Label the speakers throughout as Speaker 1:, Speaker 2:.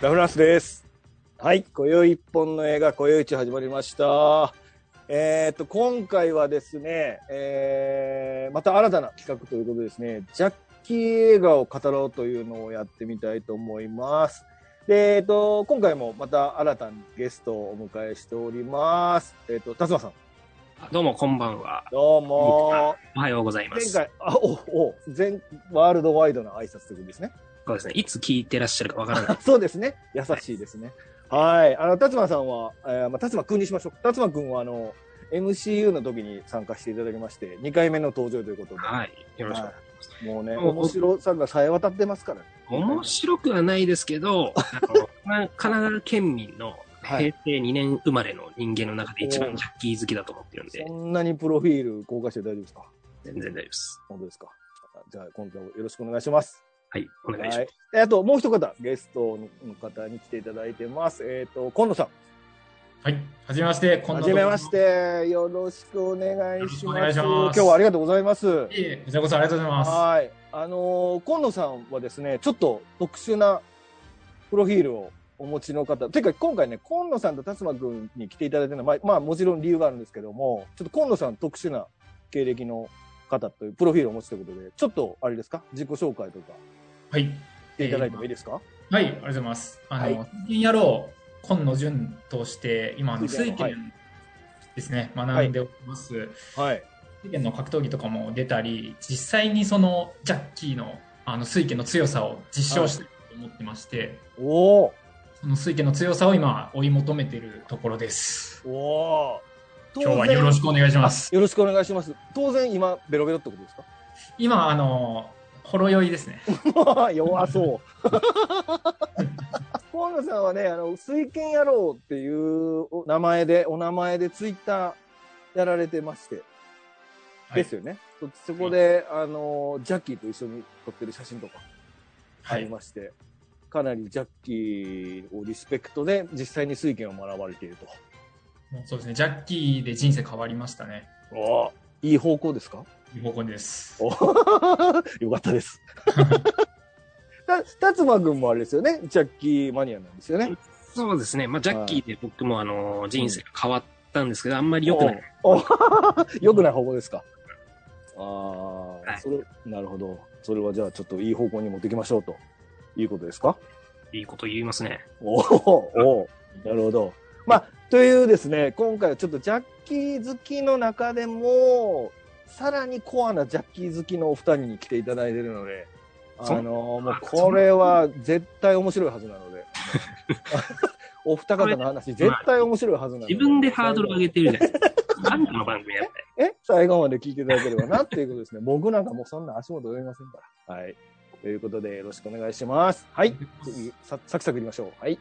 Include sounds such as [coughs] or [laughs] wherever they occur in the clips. Speaker 1: ラフランスです。
Speaker 2: はい、今宵一本の映画、今宵一始まりました。えっ、と、今回はですね、えーまた新たな企画ということでですね、ジャッキー映画を語ろうというのをやってみたいと思います。で、えっ、と、今回もまた新たにゲストをお迎えしております。えっ、と、辰馬さん、
Speaker 3: どうも、こんばんは。
Speaker 2: どうも。
Speaker 3: おはようございま
Speaker 2: 前
Speaker 3: す。
Speaker 2: 回、あ、お、お、全、ワールドワイドな挨拶ということですね。
Speaker 3: そうですね。いつ聞いてらっしゃるかわか
Speaker 2: [laughs]
Speaker 3: らない。
Speaker 2: そうですね。優しいですね。はい。あの、達馬さんは、えーまあ、達馬くんにしましょう。達馬くんは、あの、MCU の時に参加していただきまして、2回目の登場ということで。
Speaker 3: はい。よろしく。
Speaker 2: はもうね、
Speaker 3: お
Speaker 2: 面白さがさえ渡ってますからね。
Speaker 3: 面白くはないですけど、あの [laughs] ま神奈川県民の
Speaker 2: はい
Speaker 3: 平成2年生まれの人間の中で一
Speaker 2: お
Speaker 3: 番
Speaker 2: ー
Speaker 3: ジャッキー好きだと思ってるんで
Speaker 2: そ、んなにプロフィール公開して大丈夫ですか
Speaker 3: 全然大丈夫です。
Speaker 2: 本当ですかじゃあ、今度よろしくお願いします。
Speaker 3: はい。お願いし
Speaker 2: は
Speaker 3: ま
Speaker 2: い。であと、もう一方、ゲストの方に来ていただいてます。えっ、と、今野さん。
Speaker 4: はい、はじめまして、こん
Speaker 2: は
Speaker 4: な
Speaker 2: じめまし。て。よろしくお願いし
Speaker 4: よろしくお願
Speaker 2: ま
Speaker 4: い
Speaker 2: す。
Speaker 4: し
Speaker 2: 今
Speaker 4: ます
Speaker 2: 日はありがとうございます。
Speaker 4: いえいえこちらこそありがとうございま
Speaker 2: はい。あのー、今野さんはですね、ちょっと特殊なプロフィールをお持ちの方。てか、今回ね、今野さんと達馬君に来ていただいてるのは、まあ、まあ、もちろん理由があるんですけども、ちょっと今野さん特殊な経歴の方というプロフィールをお持ちということで、ちょっと、あれですか自己紹介とか
Speaker 4: す。はい、
Speaker 2: していただいてもいいですか、
Speaker 4: はい、ありがとうございます。あ
Speaker 2: は
Speaker 4: の、金野郎、今野潤として、今、あの
Speaker 2: 水
Speaker 4: 水
Speaker 2: 拳
Speaker 4: 拳ですね、学んでおります。
Speaker 2: はい。
Speaker 4: 水拳の格闘技とかも出たり、実際にそのジャッキーの、あの水拳の強さを実証したいと思ってまして、
Speaker 2: おー
Speaker 4: その水拳の強さを今、追い求めているところです。
Speaker 2: おー
Speaker 4: 今日はよろしくお願いします。
Speaker 2: よろしくお願いします。当然、今、ベロベロってことですか
Speaker 4: 今、あの、ほろ酔いですね。
Speaker 2: [laughs] 弱そう。河野さんはね、あの、水拳野郎っていうお名前で、お名前でツイッターやられてまして、
Speaker 4: はい
Speaker 2: ですよね。そそこで、あの、ジャッキーと一緒に撮ってる写真とかあ
Speaker 4: は
Speaker 2: り
Speaker 4: い、
Speaker 2: まして、かなりジャッキーをリスペクトで、実際に水拳を学ばれていると。
Speaker 4: もうそうですね、ジャッキーで人生変わりましたね。
Speaker 2: いい方向ですか
Speaker 4: いい方向です。
Speaker 2: お [laughs] よかったです。た、達馬君もあれですよね。ジャッキーマニアなんですよね。
Speaker 3: す。そうですね。まあ、ジャッキーで僕もあの、人生が変わったんですけど、あんまり良くない。
Speaker 2: おお [laughs] 良くない方向ですか。ああ、
Speaker 3: い
Speaker 2: それ、なるほど。それはじゃあちょっといい方向に持っていきましょうということですか。
Speaker 3: いいこと言いますね。
Speaker 2: おお、なるほど。まあ、というですね、今回はちょっとジャッキー好きの中でも、さらにコアなジャッキー好きのお二人に来ていただいているので、あ
Speaker 3: そん
Speaker 2: のーもう
Speaker 3: あ
Speaker 2: これは絶対面白いはずなの
Speaker 3: [laughs]
Speaker 2: で、お二方の話、絶対面白いはずなので。
Speaker 3: 自分でハードル上げてるじゃないですか。何の番組やって。
Speaker 2: え最後まで聞いていただければなっていうことですね。僕なんかもうそんな足元及びませんから。はい。ということでよろしくお願いします。はい。次さサクサクいきましょう。はい。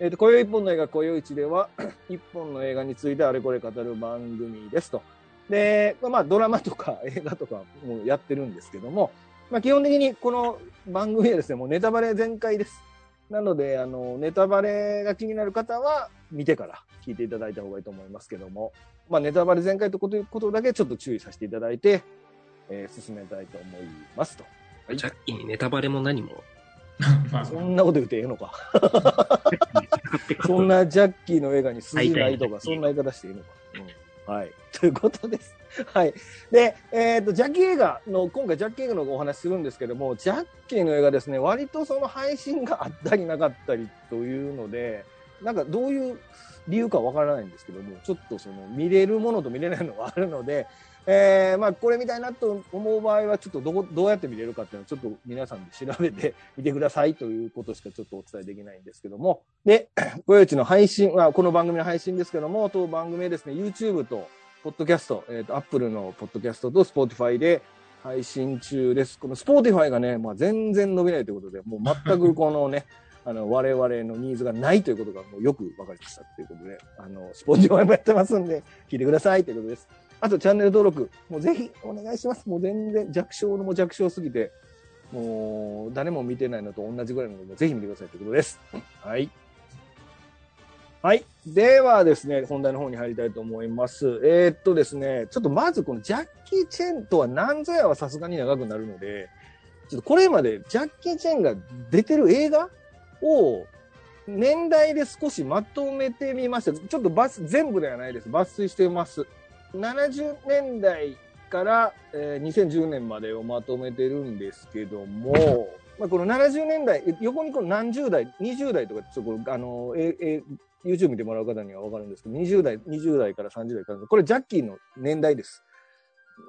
Speaker 2: えっ、と、今宵一本の映画、今宵一では、 [coughs] 一本の映画についてあれこれ語る番組ですと。で、まあ、ドラマとか [laughs] 映画とかもやってるんですけども、まあ、基本的にこの番組はですね、もうネタバレ全開です。なので、あの、ネタバレが気になる方は、見てから聞いていただいた方がいいと思いますけども、まあ、ネタバレ全開ということことだけちょっと注意させていただいて、えー進めたいと思いますと。はい
Speaker 3: ジャッキーにネタバレも何も。
Speaker 4: [laughs] まあ
Speaker 2: そんなこと言っていいのか。そ
Speaker 3: そ
Speaker 2: ん
Speaker 3: んな。
Speaker 2: なジャッキーの映画に筋ないとか、
Speaker 3: はい
Speaker 2: そんな言い方していいのか。うんはい。 [laughs] ということです。はい。で、えっ、と、ジャッキー映画の、今回ジャッキー映画のお話しするんですけども、ジャッキーの映画ですね、割とその配信があったりなかったりというので、なんかどういう理由かわからないんですけども、ちょっとその見れるものと見れないのがあるので、えー、まあこれ見たいなと思う場合は、ちょっとどこ、どうやって見れるかっていうのをちょっと皆さんで調べてみてくださいということしかちょっとお伝えできないんですけども。で、ご用地の配信は、この番組の配信ですけども、当番組はですね、YouTube と、ポッドキャスト、えっ、と、Apple のポッドキャストと Spotify で配信中です。この Spotify がね、まあ、全然伸びないということで、もう全くこのね、 [laughs] あの、我々のニーズがないということがもうよくわかりましたということで、あの、Spotify もやってますんで、聞いてくださいということです。あと、チャンネル登録、もうぜひお願いします。もう全然弱小のも弱小すぎて、もう誰も見てないのと同じぐらいなので、ぜひ見てくださいということです。はい。はい。ではですね、本題の方に入りたいと思います。えーっとですね、ちょっとまずこのジャッキー・チェンとは何ぞやはさすがに長くなるので、ちょっとこれまでジャッキー・チェンが出てる映画を年代で少しまとめてみました。ちょっとバス、全部ではないです。抜粋してます。70年代から、えー2010年までをまとめてるんですけども、まあ、この70年代、え横にこの何十代、20代とか、ちょっとこれ、あの、ええ YouTube 見てもらう方には分かるんですけど、20代、20代から30代から、これジャッキーの年代です。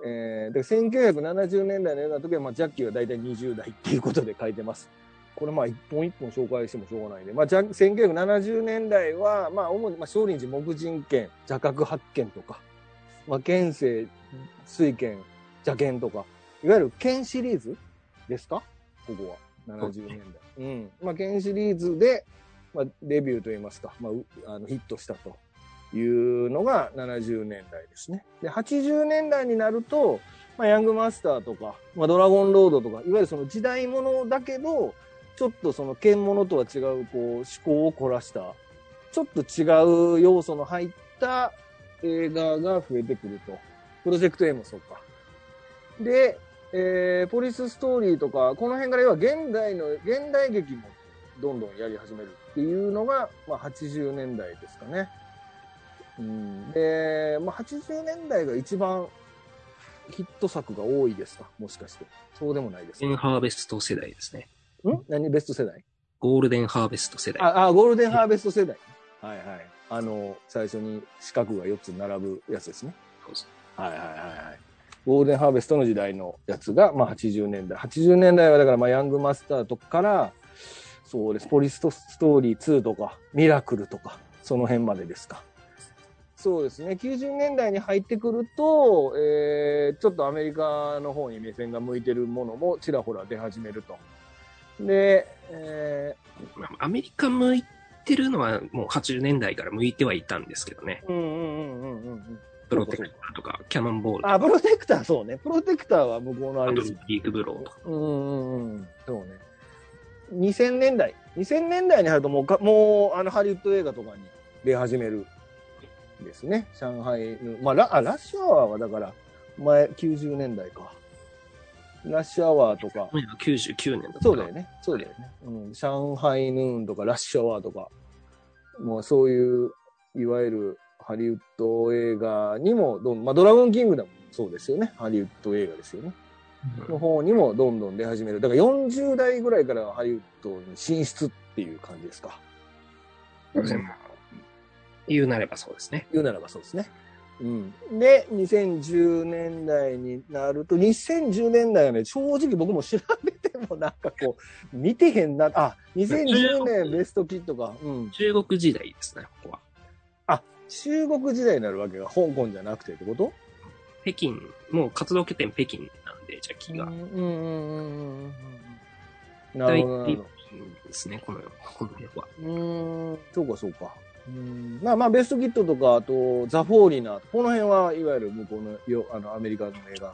Speaker 2: えー、で1970年代の映画の時は、まあ、ジャッキーは大体20代っていうことで書いてます。これまあ一本一本紹介してもしょうがないんで、まあ、じゃ1970年代は、まあ、主にまあ少林寺木人剣、邪覚発見とか、まあ、剣聖、水剣、邪剣とか、いわゆる剣シリーズですかここは、70年代。うん。まあ、剣シリーズで、まあ、デビューといいますか、まあう、あのヒットしたというのが70年代ですね。で、80年代になると、まあ、ヤングマスターとか、まあ、ドラゴンロードとか、いわゆるその時代ものだけど、ちょっとその剣物とは違うこう思考を凝らした、ちょっと違う要素の入った映画が増えてくると。プロジェクト A もそうか。で、えーポリスストーリーとか、この辺から要は現代の、現代劇もどんどんやり始めるっていうのが、まあ80年代ですかね。うん、で、まあ80年代が一番ヒット作が多いですかもしかして。そうでもないです
Speaker 3: ゴールデンハーベスト世代ですね。
Speaker 2: か。ん何ベスト世代
Speaker 3: ゴールデンハーベスト世代。
Speaker 2: ああ、ゴールデンハーベスト世代。はいはい。あの、最初に四角が4つ並ぶやつですね。
Speaker 3: そうです
Speaker 2: はいはいはいはい。ゴールデンハーベストの時代のやつが、まあ80年代。80年代はだから、まあヤングマスターとかから、そうです。ポリストストーリー2とか、ミラクルとか、その辺までですか。そうですね。90年代に入ってくると、えーちょっとアメリカの方に目線が向いてるものもちらほら出始めると。で、えー
Speaker 3: まあアメリカ向いてるのはもう80年代から向いてはいたんですけどね。
Speaker 2: うんうんうんうんうんうん。
Speaker 3: プロテクターとか、キャノンボールとか、
Speaker 2: あ、プロテクター、そうね。プロテクターは向こうのあ
Speaker 3: ア
Speaker 2: れ
Speaker 3: ド
Speaker 2: で
Speaker 3: ル
Speaker 2: す
Speaker 3: デ。ィークブローとか。
Speaker 2: うんうんうん。そうね。2000年代。2000年代に入るともうか、もう、あの、ハリウッド映画とかに出始める。ですね。上海の、まあ、ラあラッシュアワーはだから、前、90年代か。ラッシュアワーとか。
Speaker 3: 99年だった
Speaker 2: そうだよね。そうだよね。うん。上海ヌーンとか、ラッシュアワーとか、もうそういう、いわゆるハリウッド映画にもどん、まあ、ドラゴンキングダムもそうですよね。ハリウッド映画ですよね。
Speaker 3: うん
Speaker 2: の方にもどんどん出始める。だから40代ぐらいからハリウッドに進出っていう感じですか。
Speaker 3: そうですねまあ言うなればそうですね。
Speaker 2: 言うならばそうですね。うん、で、2010年代になると、2010年代はね、正直僕も調べてもなんかこう、見てへんな、あ、2010年ベストキットか、うん。
Speaker 3: 中国時代ですね、ここは。
Speaker 2: 中国時代になるわけが、香港じゃなくてってこと
Speaker 3: 北京、もう活動拠点北京なんで、ジャッキー
Speaker 2: う
Speaker 3: が。
Speaker 2: んうんうんうんうんうん。な
Speaker 3: 大
Speaker 2: るほど、なる
Speaker 3: 体
Speaker 2: ほど。
Speaker 3: ですね、このこの辺は。
Speaker 2: うーん、そうかそうか。うーんまあまあ、ベストキットとか、あと、ザ・フォーリナー、この辺はいわゆる向こうのよあのアメリカの映画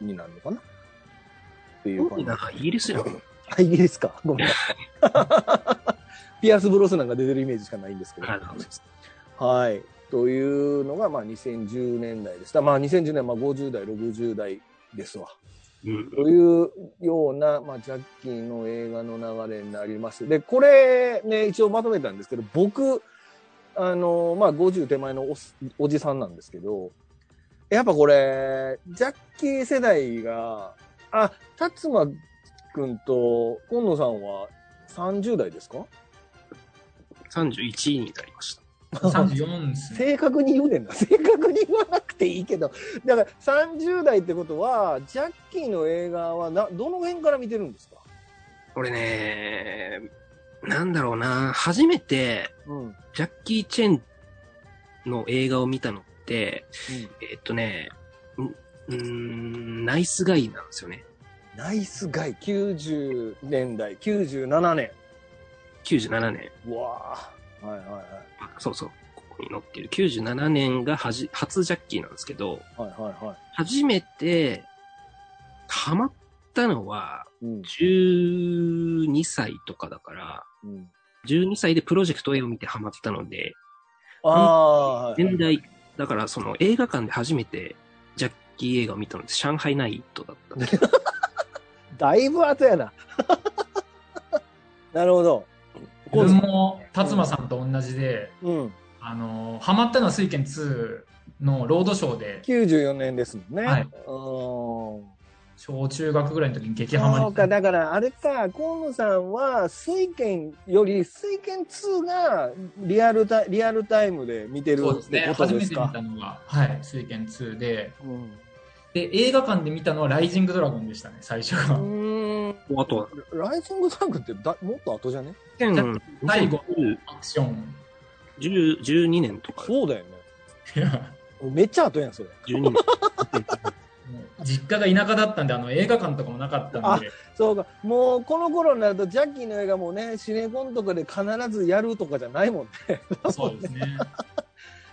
Speaker 2: になるのかなっていう感じ。
Speaker 3: なんかイギリスよ。
Speaker 2: あ、イギリスか。ごめん。ピアス・ブロスなんか出てるイメージしかないんですけど。
Speaker 3: あの
Speaker 2: はい。というのが、まあ、2010年代でした。まあ、2010年、まあ、50代、60代ですわ。
Speaker 3: うん
Speaker 2: というような、まあ、ジャッキーの映画の流れになります。で、これね、一応まとめたんですけど、僕、あの、まあ、50手前のおっおじさんなんですけど、やっぱこれ、ジャッキー世代が、あ、辰馬くんと今野さんは30代ですか
Speaker 3: 31位になりました。
Speaker 4: 34ですね。
Speaker 2: [laughs] 正確に言うねんな。正確に言わなくていいけど。だから30代ってことは、ジャッキーの映画はな、どの辺から見てるんですか
Speaker 3: 俺ね、なんだろうな、初めて
Speaker 2: うん。
Speaker 3: ジャッキー・チェンの映画を見たのって、えっとね、んうーん、ナイスガイなんですよね。
Speaker 2: ナイスガイ、90年代、97年。
Speaker 3: 97年。
Speaker 2: うわあ。はいはいはい。
Speaker 3: あそうそう、ここに載ってる。97年がはじ初ジャッキーなんですけど、
Speaker 2: はいはいは
Speaker 3: 初めてハマったのは、
Speaker 2: い。うん。
Speaker 3: 12歳とかだから、
Speaker 2: うん、
Speaker 3: 12歳でプロジェクト A を見てハマったので、
Speaker 2: ああ、はいはい
Speaker 3: 年代、だからその映画館で初めてジャッキー映画を見たのって上海ナイトだったんだけど、
Speaker 2: [laughs] だいぶ後やな。なるほど。
Speaker 4: 自分も達馬さんと同じで、
Speaker 2: うん。
Speaker 4: あのハマったのは「水拳2」のロードショーで
Speaker 2: 94年ですもんね。
Speaker 4: はい
Speaker 2: うん
Speaker 4: 小中学ぐらいの時に激ハマ
Speaker 2: そう
Speaker 4: り
Speaker 2: か、だからあれか、河野さんは、水拳より、水拳2がリアルタイリアルタイムで見てる
Speaker 4: そうで
Speaker 2: っ
Speaker 4: す
Speaker 2: て
Speaker 4: ね
Speaker 2: こと
Speaker 4: 初
Speaker 2: で
Speaker 4: め
Speaker 2: す
Speaker 4: て見
Speaker 2: か。
Speaker 4: たのが「はい、水拳2で
Speaker 2: うん
Speaker 4: で」映画館で見たのは「ライジングドラゴン」でしたね最初
Speaker 2: う
Speaker 4: は。 [laughs]
Speaker 2: ーん。
Speaker 3: あとは、
Speaker 2: ライジングタンクってだもっと後じゃね
Speaker 4: 最後アクション
Speaker 3: 2012年とか、
Speaker 2: そうだよね。
Speaker 4: いや
Speaker 2: めっちゃ後やん、それ。
Speaker 3: 12年。
Speaker 4: もう実家が田舎だったんであの映画館とかもなかったんで
Speaker 2: そうか、もうこの頃になると、ジャッキーの映画もね、シネコンとかで必ずやるとかじゃないもんね。
Speaker 4: そうですね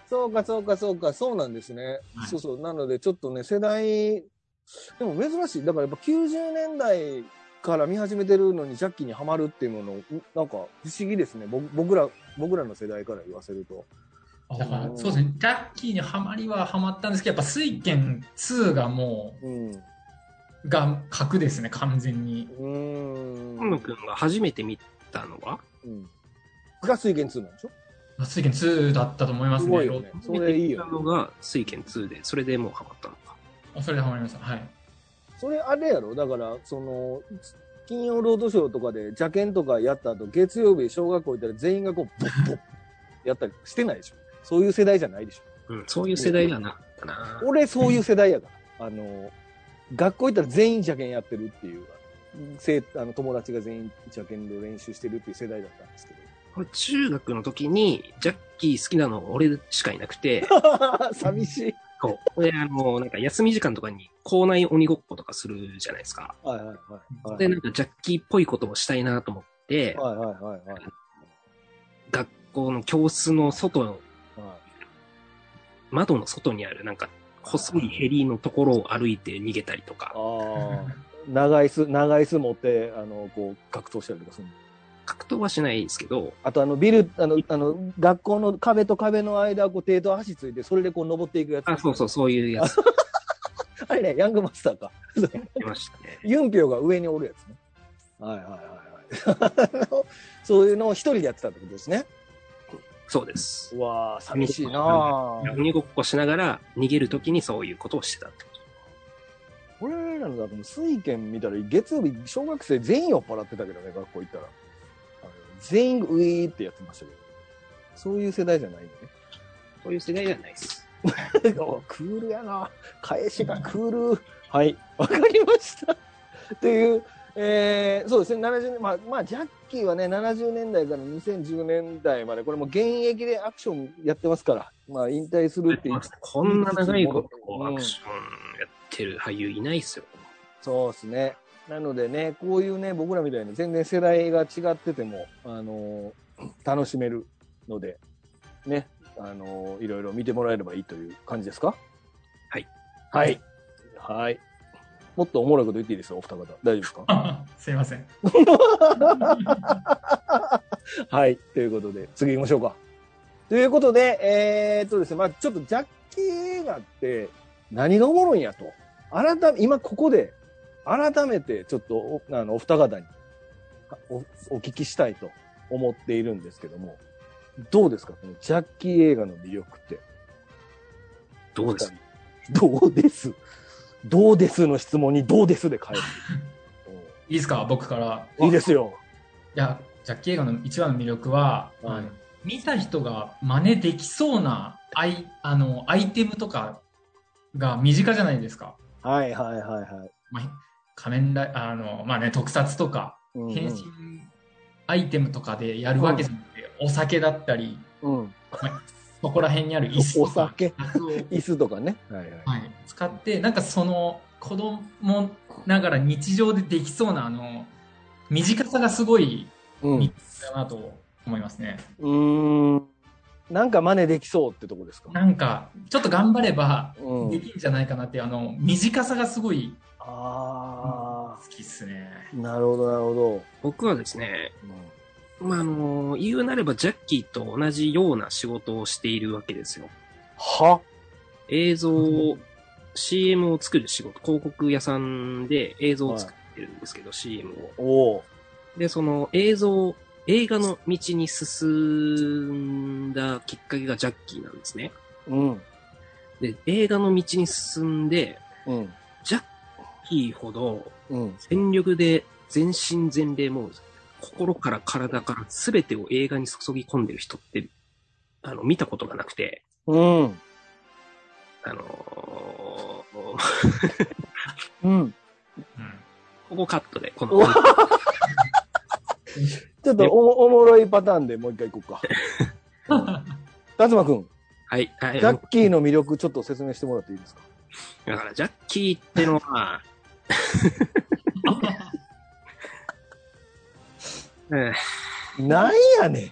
Speaker 2: そうか、そうか、そうか、そうなんですね。
Speaker 4: はい
Speaker 2: そうそう。なので、ちょっとね、世代、でも珍しい。だからやっぱ90年代から見始めてるのに、ジャッキーにはまるっていうもの、んなんか不思議ですね。ぼ僕ら、僕らの世代から言わせると。
Speaker 4: だからそうですねラッキーにはまりははまったんですけどやっぱ「水拳2」がも
Speaker 2: うん。う
Speaker 4: うが格ですね完全に
Speaker 2: ー
Speaker 3: 河
Speaker 2: ん。
Speaker 3: 野くんが初めて見たのは
Speaker 2: うん。が水源2なんでしょ
Speaker 4: 「水拳2」だったと思います
Speaker 2: す
Speaker 4: ね
Speaker 2: ごいよね。それいいよ
Speaker 3: 見
Speaker 2: ね
Speaker 3: た。のが水拳2で、それでもうハマったのか。
Speaker 4: あそれでハマりましたはい
Speaker 2: それあれやろだから、その、金曜ロードショーとかで邪剣とかやった後、月曜日小学校行ったら全員がこう、ボッボッやったりしてないでしょそういう世代じゃないでしょ
Speaker 3: うん、そういう世代ではなかったな。
Speaker 2: 俺そういう世代やから。あの、学校行ったら全員邪剣やってるっていう、生あの友達が全員邪剣の練習してるっていう世代だったんですけど。
Speaker 3: 俺中学の時に、ジャッキー好きなの俺しかいな
Speaker 2: [laughs]
Speaker 3: くて、
Speaker 2: 寂しい。
Speaker 3: そう。で、あの、なんか休み時間とかに校内鬼ごっことかするじゃないですか。
Speaker 2: はいはいはい。はい
Speaker 3: で、なんかジャッキーっぽいこともしたいなと思って、
Speaker 2: はいはいはいはい。
Speaker 3: 学校の教室の外の、
Speaker 2: は
Speaker 3: 窓の外にあるなんか細いヘリのところを歩いて逃げたりとか、
Speaker 2: い、ああ。長い椅子、長い椅子持って、あの、こう、格闘したりとかするの
Speaker 3: 格闘はしないですけど、
Speaker 2: あとあのビル、あの、あの、学校の壁と壁の間、こう、手と足ついて、それでこう、登っていくやつ。
Speaker 3: あ、そうそう、そういうやつ
Speaker 2: あれね、ヤングマスターか。。
Speaker 3: いましたね [laughs]
Speaker 2: ユンピョが上におるやつね。はいはいはいはい。あのそういうのを一人でやってたってことですね。
Speaker 3: そうです。
Speaker 2: うわあ寂しいなあ
Speaker 3: 鬼ごっこしながら逃げるときにそういうことをしてたってこと。
Speaker 2: 俺らのだから、水拳見たら、月曜日、小学生全員酔っ払ってたけどね、学校行ったら。あの全員、ウィーってやってましたけど。そういう世代じゃないんだね。
Speaker 3: そういう世代ではないです。
Speaker 2: おクールやな。返しがクール。はい、わかりました。っていう、えーそうですね、70年、まあ、まあ、ジャッキーはね、70年代から2010年代まで、これもう現役でアクションやってますから、まあ、引退するっていう。
Speaker 3: こんな長いことをアクションやってる俳優いないですよ。
Speaker 2: そうですね。なのでね、こういうね、僕らみたいに全然世代が違ってても、あのー [clears throat] 楽しめるので、ね、あのーいろいろ見てもらえればいいという感じですか
Speaker 3: はい。
Speaker 2: はい。はい。もっとおもろいこと言っていいですよ、お二方。大丈夫ですか
Speaker 4: すいません
Speaker 2: はい。ということで、次行きましょうか。ということで、えーっとですね、まあちょっとジャッキー映画って何がおもろいんやと。改め、今ここで、改めてちょっとお、あの、お二方におお聞きしたいと思っているんですけども、どうですかこのジャッキー映画の魅力って。
Speaker 3: どうですか
Speaker 2: どうですどうですの質問にどうですで [laughs] 返す。
Speaker 4: いいですか僕から
Speaker 2: うんいいですよ。
Speaker 4: いやジャッキー映画の一番の魅力は、
Speaker 2: はい
Speaker 4: あの見た人が真似できそうなアイあのアイテムとかが身近じゃないですか、
Speaker 2: はいはいはいはい。
Speaker 4: まあ、仮面ライあの、まあね、特撮とか
Speaker 2: うんうん
Speaker 4: 変身アイテムとかでやるわけじゃなくて、お酒だったり
Speaker 2: うん。
Speaker 4: [laughs] そこら辺にある椅子とか
Speaker 2: お酒
Speaker 4: 椅子を
Speaker 2: 椅子とかね。はいはい。
Speaker 4: はい、使ってなんかその子供ながら日常でできそうなあの短さがすごい
Speaker 2: うん
Speaker 4: 見だなと思いますね。
Speaker 2: うーん。なんか真似できそうってとこですか。
Speaker 4: なんかちょっと頑張れば
Speaker 2: う
Speaker 4: で
Speaker 2: ん。
Speaker 4: きるんじゃないかなっていうあの短さがすごい
Speaker 2: あ
Speaker 4: 好きっすね。
Speaker 2: あ、なるほど、なるほど。
Speaker 3: 僕はですね、まあ、あの、言うなればジャッキーと同じような仕事をしているわけですよ。
Speaker 2: は
Speaker 3: 映像を、CM を作る仕事、広告屋さんで映像を作ってるんですけど、CM を。
Speaker 2: おお。
Speaker 3: で、その映像映画の道に進んだきっかけがジャッキーなんですね。
Speaker 2: うん。
Speaker 3: で、映画の道に進んで、
Speaker 2: うん。
Speaker 3: ジャッキーほど
Speaker 2: うん。
Speaker 3: 全力で全身全霊もう心から体から全てを映画に注ぎ込んでる人って、あの、見たことがなくて、
Speaker 2: うん。
Speaker 3: あ [laughs] のー
Speaker 2: うん。
Speaker 4: うん
Speaker 3: ここカットで、
Speaker 2: う
Speaker 3: この、
Speaker 2: ちょっとおおもろいパターンでもう一回行こうか。うん辰馬くん、
Speaker 3: はい、はい。
Speaker 2: ジャッキーの魅力ちょっと説明してもらっていいですか
Speaker 3: だから、ジャッキーってのは、 [laughs] うん
Speaker 2: なんやねん。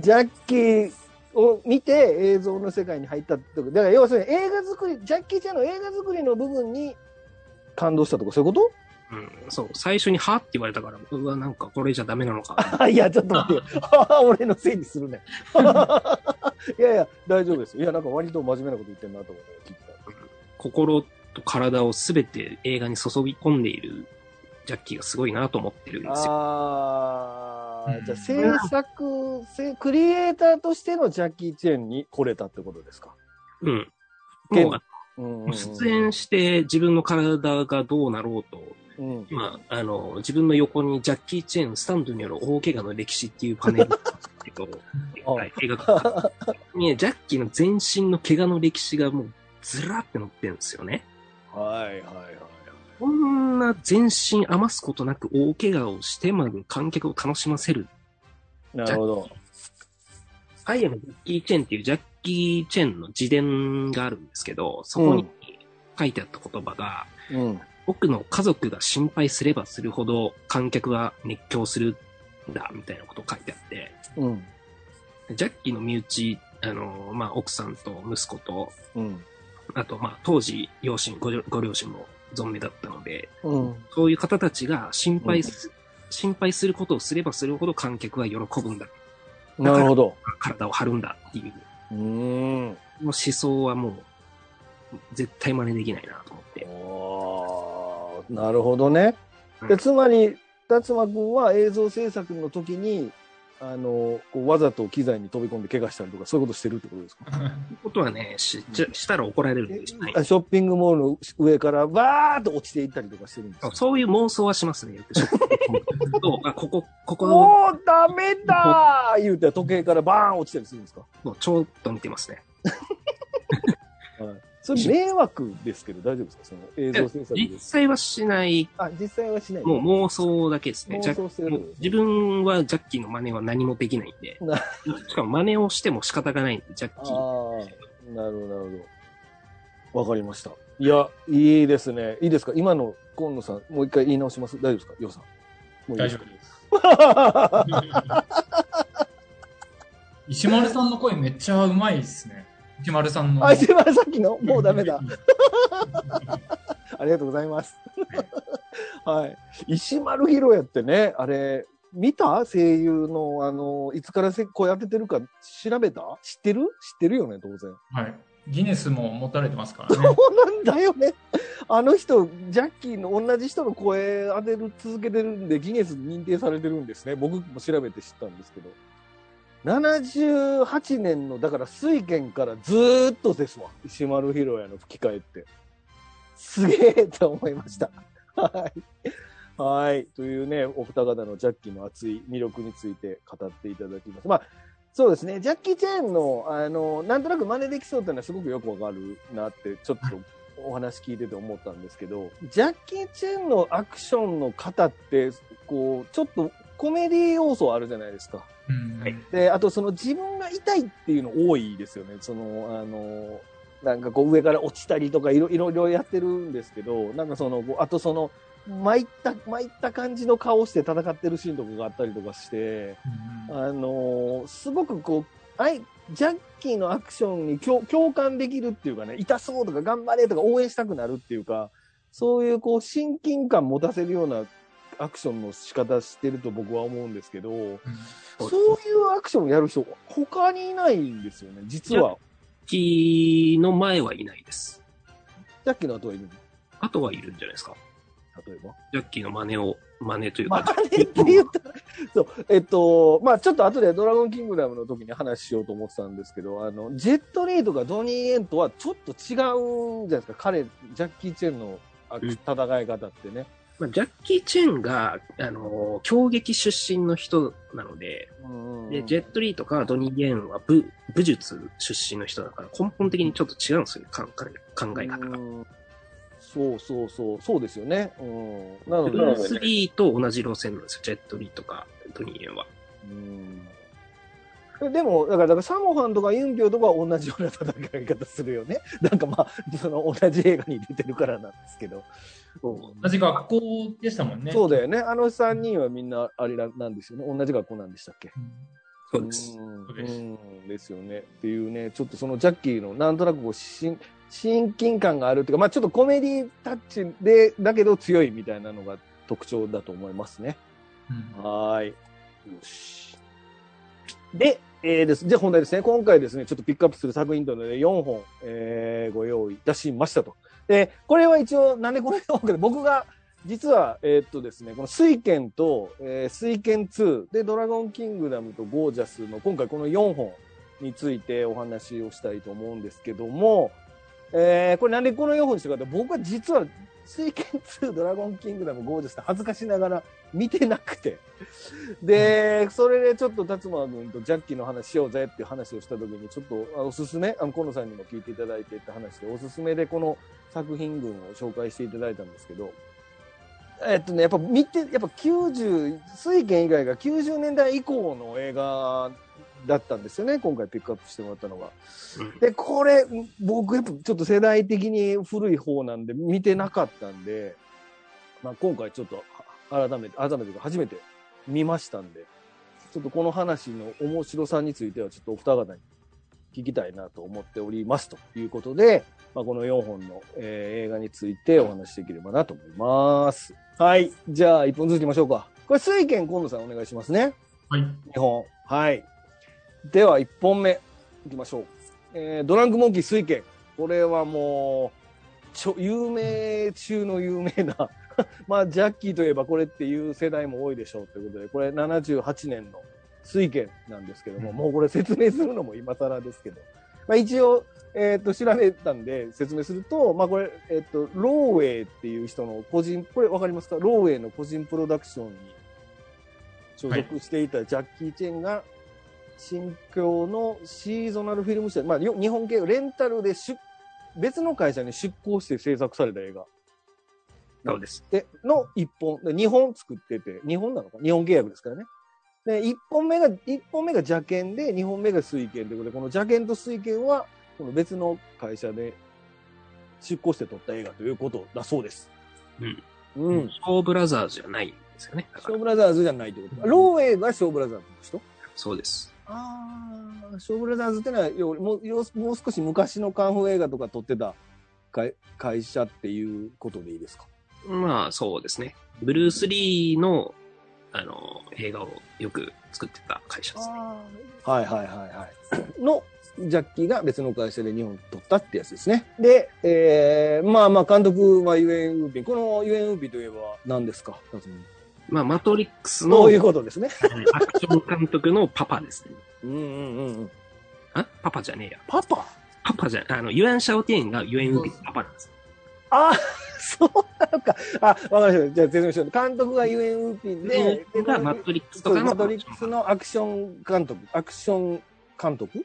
Speaker 2: ジャッキーを見て映像の世界に入ったってこと。だから要するに映画作り、ジャッキーちゃんの映画作りの部分に感動したとか、そういうこ
Speaker 3: うん、そう、最初にはって言われたから、うわ、なんかこれじゃダメなのか。
Speaker 2: と [laughs] いや、ちょっと待ってよ。俺のせいにする [laughs] ね。いやいや、大丈夫です。いや、なんか割と真面目なこと言ってるなと思って聞いて
Speaker 3: 心と体をすべて映画に注ぎ込んでいるジャッキーがすごいなと思ってるん
Speaker 2: た。
Speaker 3: ですよ。
Speaker 2: あ
Speaker 4: う
Speaker 2: ー、
Speaker 4: ん
Speaker 2: じゃあ制作、せクリエイターとしてのジャッキー・チェンに来れたってことですか。
Speaker 3: うん。
Speaker 2: けん
Speaker 3: もうあ
Speaker 2: うんうんうん
Speaker 3: の、出演して自分の体がどうなろうと、
Speaker 2: うん
Speaker 3: 今、あの、自分の横にジャッキー・チェーンスタンドによる大怪我の歴史っていうパネルがある
Speaker 2: [laughs]
Speaker 3: んですけど、はい、映画館にジャッキーの全身の怪我の歴史がもうずらって載ってるんですよね。
Speaker 2: はいはいはいはい。
Speaker 3: こんな全身余すことなく大怪我をしてまで観客を楽しませる。
Speaker 2: なるほど。
Speaker 3: アイアムジャッキー・チェーンっていうジャッキー・チェーンの自伝があるんですけど、そこ
Speaker 2: う
Speaker 3: に
Speaker 2: ん
Speaker 3: 書いてあった言葉が、
Speaker 2: うん。
Speaker 3: 僕の家族が心配すればするほど観客は熱狂するんだ、みたいなことを書いてあって、
Speaker 2: うん。
Speaker 3: ジャッキーの身内、あの、まあ、奥さんと息子と、
Speaker 2: うん。あ
Speaker 3: あと、まあ、当時、両親、ご両ご両親も存命だったので、
Speaker 2: うん。
Speaker 3: そういう方たちが心配す、心配することをすればするほど観客は喜ぶんだ、
Speaker 2: なるほど。
Speaker 3: 体を張るんだっていう、こ
Speaker 2: うーん。
Speaker 3: の思想はもう、絶対真似できないなと思って。
Speaker 2: おーなるほどね。
Speaker 3: う
Speaker 2: で
Speaker 3: ん
Speaker 2: つまり、辰馬君は映像制作の時に、あの、こうわざと機材に飛び込んで怪我したりとか、そういうことしてるってことですか
Speaker 3: ことはね、し、じゃしたら怒られるんでしない
Speaker 2: えショッピングモールの上からわーっと落ちていったりとかしてるんですか
Speaker 3: そういう妄想はし
Speaker 2: [laughs]
Speaker 3: ますね。よくそうあここ、ここの、
Speaker 2: もうダメだー言うて時計からバーン落ちたりするんですか
Speaker 3: もうちょっと見てますね。
Speaker 2: それ迷惑ですけど大丈夫ですかその映像制作で
Speaker 3: 実
Speaker 2: す。
Speaker 3: 際はしない、
Speaker 2: あ、実際はしない。
Speaker 3: もう妄想だけですね。ジャ
Speaker 2: 妄
Speaker 3: ッ
Speaker 2: 想してる
Speaker 3: も
Speaker 2: ん
Speaker 3: う
Speaker 2: ですね
Speaker 3: 自分はジャッキーの真似は何もできないんで
Speaker 2: な、
Speaker 3: しかも真似をしても仕方がないんで、ジャッキ
Speaker 2: あ
Speaker 3: ー。
Speaker 2: あ、なるほど、なるほど。わかりました。いや、いいですね。いいですか今の今野さん、もう一回言い直します。大丈夫ですかようさん。もういい
Speaker 4: 大
Speaker 2: す
Speaker 4: 丈
Speaker 2: か
Speaker 4: 夫 [laughs] です。石丸さんの声めっちゃうまいですね。石丸さん
Speaker 2: [laughs]
Speaker 4: の。
Speaker 2: あ、すいません、さっきの。もうダメ
Speaker 4: [laughs]
Speaker 2: だ。。ありがとうございます。 [laughs] はい。石丸ひろやってね、あれ、見た声優の、あの、いつからせ声当ててるか調べた知ってる知ってるよね、当然。
Speaker 4: はい。ギネスも持たれてますか
Speaker 2: [laughs]
Speaker 4: らね。
Speaker 2: そうなんだよね。あの人、ジャッキーの同じ人の声当てる続けてるんで、ギネスに認定されてるんですね。僕も調べて知ったんですけど。78年の、だから水拳からずーっとですわ。石丸ひろやの吹き替えって。すげえと思いました。はい。はい。というね、お二方のジャッキーの熱い魅力について語っていただきます。まあ、そうですね、ジャッキー・チェーンの、あの、なんとなく真似できそうっていうのはすごくよくわかるなって、ちょっとお話聞いてて思ったんですけど、ジャッキー・チェーンのアクションの方って、こう、ちょっとコメディ要素あるじゃないですか。
Speaker 4: うん
Speaker 3: はい
Speaker 2: で、あとその自分が痛いっていうの多いですよね。その、あの、なんかこう上から落ちたりとかいろいろいろやってるんですけど、なんかその、こうあとその、参った、参った感じの顔して戦ってるシーンとかがあったりとかして、
Speaker 4: うん
Speaker 2: あのーすごくこう、あい、ジャッキーのアクションに共共感できるっていうかね、痛そうとか頑張れとか応援したくなるっていうか、そういうこう親近感持たせるようなアクションの仕方してると僕は思うんですけど、
Speaker 3: そう
Speaker 2: そういうアクションをやる人、他にいないんですよね、実は。
Speaker 3: ジャッキーの前はいないです。
Speaker 2: ジャッキーの後はいる
Speaker 3: あとはいるんじゃないですか。
Speaker 2: 例えば。
Speaker 3: ジャッキーの真似を、真似という
Speaker 2: ま
Speaker 3: か、
Speaker 2: あ、あれって言ったら、そう、えっと、まあ、ちょっと後でドラゴンキングダムの時に話しようと思ってたんですけど、あの、ジェットリーとかドニー・エンとはちょっと違うんじゃないですか、彼、ジャッキー・チェンのあ
Speaker 3: うん
Speaker 2: 戦い方ってね。
Speaker 3: まあ、ジャッキー・チェンが、あのー、競撃出身の人なので、
Speaker 2: うんうん
Speaker 3: で、ジェットリーとかドニー・ゲンは武武術出身の人だから根本的にちょっと違うんですよ、考え考え方が。
Speaker 2: うんそうそうそう、そうですよね。うん。なので、
Speaker 1: なるほど
Speaker 3: スリーと同じ路線なんですよ、ジェットリーとかドニー・ゲンは。
Speaker 2: うんでも、だから、だからサモハンとかユンピョウとかは同じような戦い方するよね。なんかまあ、その同じ映画に出てるからなんですけど。
Speaker 4: 同じ学校でしたもんね。
Speaker 2: そう
Speaker 4: う
Speaker 2: だよね。あの3人はみんなあれらなんですよね。同じ学校なんでしたっけ
Speaker 4: ん
Speaker 3: そうです。
Speaker 2: ん
Speaker 4: そうです
Speaker 2: うんですよね。っていうね、ちょっとそのジャッキーのなんとなくこう親親近感があるっていうか、まあちょっとコメディタッチで、だけど強いみたいなのが特徴だと思いますね。
Speaker 4: うん
Speaker 2: はーい。よし。で、えーです。じゃあ本題ですね。今回ですね、ちょっとピックアップする作品というので4本、えーご用意いたしましたと。で、これは一応、なんでこれなのかで、僕が、実は、えーっとですね、この水剣と、えー、水剣2で、ドラゴンキングダムとゴージャスの、今回この4本についてお話をしたいと思うんですけども、えーこれなんでこの4本にしたかって、僕は実は、水剣2、ドラゴンキングダム、ゴージャスって恥ずかしながら見てなくて。で、それでちょっと達馬君とジャッキーの話しようぜっていう話をした時に、ちょっとあおすすめ、あの、河野さんにも聞いていただいてって話で、おすすめでこの作品群を紹介していただいたんですけど、えっとね、やっぱ見て、やっぱ90、水拳以外が90年代以降の映画だったんですよね、今回ピックアップしてもらったのが。
Speaker 3: うん
Speaker 2: で、これ、僕、やっぱちょっと世代的に古い方なんで、見てなかったんで、まあ、今回ちょっと、あ改めて、改めてというか、初めて見ましたんで、ちょっとこの話の面白さについては、ちょっとお二方に聞きたいなと思っておりますということで、まあ、この4本の、えー映画についてお話しできればなと思います。はい。じゃあ、1本ずついきましょうか。これ、水拳今野さんお願いしますね。
Speaker 4: はい。
Speaker 2: 日本。はい。では、1本目、いきましょう。えードランクモンキー水拳。これはもう、ちょ、有名中の有名な。まあ、ジャッキーといえばこれっていう世代も多いでしょうということで、これ78年の水拳なんですけども、もうこれ説明するのも今更ですけど。まあ、一応、えっ、と、調べたんで説明すると、まあ、これ、えっ、と、ローウェイっていう人の個人、これわかりますかローウェイの個人プロダクションに所属していたジャッキー・チェンが、新京のシーゾナルフィルム社、まあ、よ日本系レンタルで出、別の会社に出向して制作された映画
Speaker 3: そうです。
Speaker 2: での1本、で2本作ってて、2本なのか日本契約ですからね。で、1本目が、一本目が邪剣で、2本目が水剣ということで、この邪剣と水剣は、この別の会社で出向して撮った映画ということだそうです。
Speaker 3: うん。
Speaker 2: う
Speaker 3: シ
Speaker 2: ん。
Speaker 3: ョーブラザーズじゃないんですよね。だ
Speaker 2: シ
Speaker 3: か
Speaker 2: ョー
Speaker 3: ら
Speaker 2: ブラザーズじゃないってことか。ローウェイがショーブラザーズの人
Speaker 3: そうです。
Speaker 2: ああ、ショーブラザーズってのはよもうよもう少し昔のカンフー映画とか撮ってた会会社っていうことでいいですか
Speaker 3: まあ、そうですね。ブルース・リーの、あの、映画をよく作ってた会社ですね。
Speaker 2: はいはいはいはい。 [coughs] の、ジャッキーが別の会社で日本撮ったってやつですね。で、えー、まあまあ監督はユエン・ウーピン。このユエン・ウーピンといえば何ですか辰巳
Speaker 3: まあ、マトリックスの
Speaker 2: そういうことですね。
Speaker 3: アクション監督のパパですね。
Speaker 2: うんうんうんうん。
Speaker 3: あパパじゃねえや。
Speaker 2: パパ
Speaker 3: パパじゃ、あの、ユアン・シャオティエンがユエン・ウーピンのパパなんです。
Speaker 2: ああ、 [laughs] そうなのか。あ、わかりました。じゃあ説明しよう。監督がユエン・ウーピンで
Speaker 3: で、、がマトリックスと
Speaker 2: そう
Speaker 3: かの
Speaker 2: マトリックスのアクション監督、アクション監督、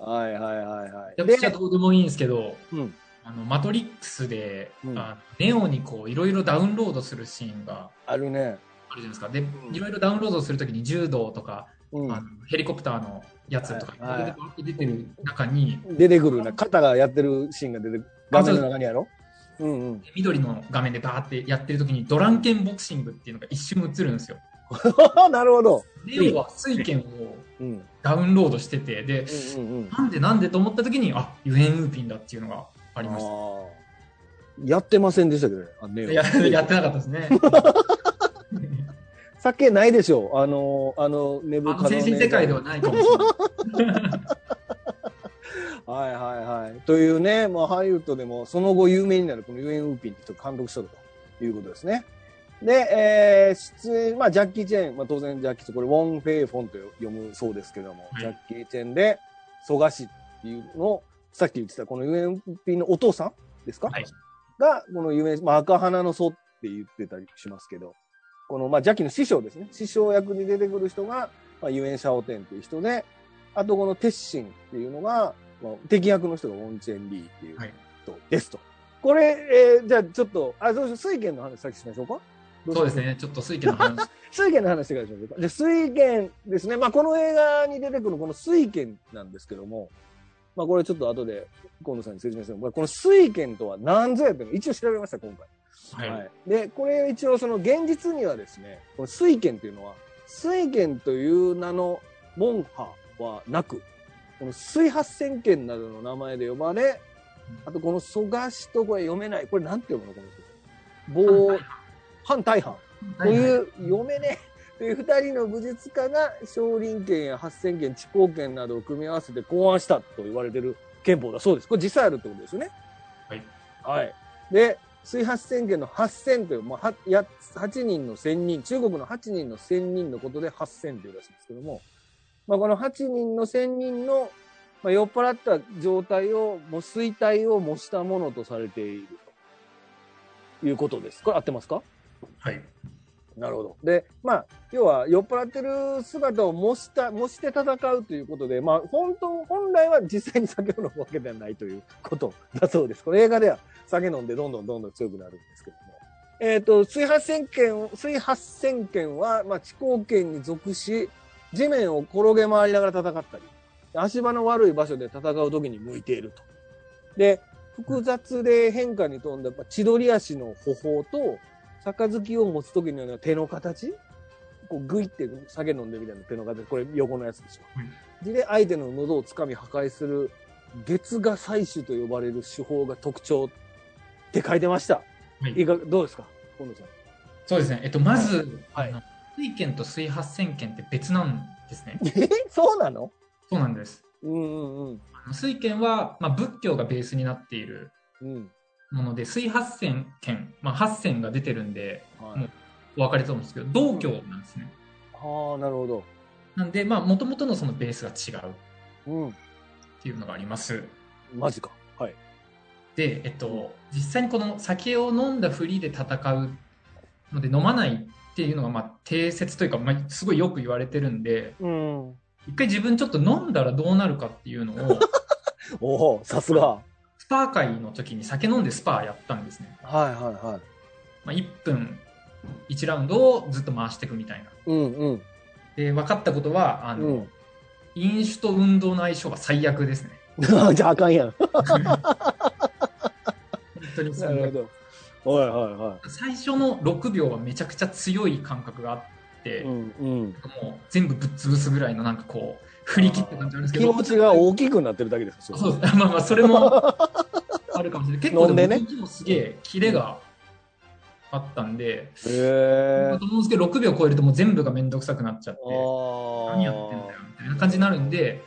Speaker 2: はいはいはいはい。
Speaker 4: 私はどうでもいいんですけど、
Speaker 2: うん
Speaker 4: あのマトリックスで、
Speaker 2: うん
Speaker 4: あネオにこういろいろダウンロードするシーンが
Speaker 2: あるね。
Speaker 4: あるじゃないですか。で
Speaker 2: う、ん
Speaker 4: いろいろダウンロードするときに柔道とか、
Speaker 2: う
Speaker 4: あの
Speaker 2: ん、
Speaker 4: ヘリコプターのやつとか、
Speaker 2: はいはい
Speaker 4: いろいろ出てる中に、
Speaker 2: 出てくるな。肩がやってるシーンが出てくる。画面の中にやろうんうん。
Speaker 4: 緑の画面でバーってやってるときにドランケンボクシングっていうのが一瞬映るんですよ。
Speaker 2: [laughs] なるほど。
Speaker 4: ネオは水拳を
Speaker 2: うん。うん
Speaker 4: ダウンロードしてて、で、
Speaker 2: うんうん。
Speaker 4: なんでなんでと思ったときに、あユエン・ウーピンだっていうのがあ
Speaker 2: あ
Speaker 4: りました。
Speaker 2: ーやってませんでしたけどね。あね
Speaker 4: ややってなかったですね。
Speaker 2: 酒ないでしょう。あの、あの、寝
Speaker 4: あ
Speaker 2: ぶ
Speaker 4: の精神世界ではないかもしれない。
Speaker 2: はいはいはい。というね、まあ、ハリウッドでもその後有名になるこのユエン・ウーピンって人が監督したとか、いうことですね。で、えー出演、まあ、ジャッキー・チェーン、まあ、当然ジャッキーチェーン、これ、ウォン・フェイフォンと読むそうですけども、
Speaker 4: はい
Speaker 2: ジャッキー・チェーンで、蘇我氏っていうのを、さっき言ってた、この UMP のお父さんですか、
Speaker 4: はい
Speaker 2: が、この有名、まあ、赤花の祖って言ってたりしますけど、この、まあ、ジャッキーの師匠ですね。師匠役に出てくる人が、まあ、ユエン・シャオテンっていう人で、あとこの鉄心っていうのが、まあ、敵役の人がウォン・チェン・リーっていう
Speaker 4: はい
Speaker 2: 人ですと。これ、えーじゃあちょっと、あ、どうしよう、水源の話さっきしましょうか。どし
Speaker 4: そ
Speaker 2: ま
Speaker 4: うですすね、ちょっと水家の話。
Speaker 2: 水拳の話からしましょうか。で、水拳ですね。まあ、この映画に出てくるこの水拳なんですけども、まあ、これちょっと後で河野さんに説明してもらうこの水拳とは何ぞやっていうのを一応調べました、今回。
Speaker 4: はい、
Speaker 2: はいで、これ一応その現実にはですね、この水拳というのは、水拳という名の門派はなく、この水八千拳などの名前で呼ばれ、あとこの蘇我氏とこれ読めない。これなんて読むのこ
Speaker 4: [laughs]
Speaker 2: の人。棒、反対藩。と
Speaker 4: はい
Speaker 2: い
Speaker 4: は
Speaker 2: う、読めね [laughs] えという二人の武術家が少林拳や八仙拳、地高拳などを組み合わせて考案したと言われてる拳法だそうです。これ実際あるってことですよね。
Speaker 4: はい。
Speaker 2: はい。で、水八仙拳の八仙という、まあ、はや八人の仙人、中国の八人の仙人のことで八仙というらしいんですけども、まあ、この八人の仙人の、まあ、酔っ払った状態を、もう衰退を模したものとされているということです。これ合ってますか
Speaker 4: はい。
Speaker 2: なるほど。で、まあ、要は酔っ払ってる姿を模した、模して戦うということで、まあ、本当、本来は実際に酒を飲むわけではないということだそうです。これ映画では酒飲んでどんどんどんどん強くなるんですけども。えっ、と、水八千拳、水八千拳は、まあ、地高拳に属し、地面を転げ回りながら戦ったり、足場の悪い場所で戦う時に向いていると。で、複雑で変化に富んだ、まあ千鳥足の歩法と、杯を持つ時のような手の形こうグイって酒飲んでみたいな手の形これ横のやつでしょ、で相手の喉をつかみ破壊する月が採取と呼ばれる手法が特徴って書いてました、
Speaker 4: はい
Speaker 2: いかどうですか今野さん
Speaker 4: そうですね。えっと、まず、
Speaker 2: はい
Speaker 4: あの水拳と水八千拳って別なんですね。
Speaker 2: [laughs] えそうなの
Speaker 4: そうなんです。
Speaker 2: うんうんうん
Speaker 4: あの水拳は、まあ、仏教がベースになっている
Speaker 2: うん
Speaker 4: もので、水八千拳、まあ、八千が出てるんで、
Speaker 2: は
Speaker 4: も
Speaker 2: いう
Speaker 4: お分かりだと思うんですけど、道教なんですね。
Speaker 2: ああなるほど
Speaker 4: なんで、まあ、もともとのそのベースが違うっ
Speaker 2: うん
Speaker 4: ていうのがあります。
Speaker 2: マジかはい
Speaker 4: で、えっと、実際にこの酒を飲んだふりで戦うので、飲まないっていうのが、まあ、定説というか、まあ、すごいよく言われてるんで、
Speaker 2: うん
Speaker 4: 一回自分ちょっと飲んだらどうなるかっていうの
Speaker 2: [laughs]
Speaker 4: を、
Speaker 2: おおさすがは
Speaker 4: スパー会の時に酒飲んでスパーやったんですね
Speaker 2: い。はいはい
Speaker 4: まあ、1分1ラウンドをずっと回していくみたいな。
Speaker 2: うんうん
Speaker 4: で、分かったことは、あの、
Speaker 2: うん
Speaker 4: 飲酒と運動の相性が最悪ですね。
Speaker 2: [laughs] じゃああかんやん
Speaker 4: 本当
Speaker 2: [laughs]
Speaker 4: に
Speaker 2: な
Speaker 4: 最
Speaker 2: る
Speaker 4: 悪。
Speaker 2: ほどはいはいは
Speaker 4: 最初の6秒はめちゃくちゃ強い感覚があって、
Speaker 2: いうんうん
Speaker 4: もう全部ぶっ潰すぐらいのなんかこう振り切った感じなんですけ
Speaker 2: 気
Speaker 4: ど
Speaker 2: 持ちが大きくなってるだけですそれ
Speaker 4: そうですまあまあそ
Speaker 2: [laughs]
Speaker 4: れもあるかもしれない結構
Speaker 2: 飲んでね
Speaker 4: 僕もすげえキレがあったんで、
Speaker 2: へ
Speaker 4: だと思うんですけど6秒超えるともう全部が面倒くさくなっちゃって
Speaker 2: あ
Speaker 4: 何やってんだよみたいな感じになるんで、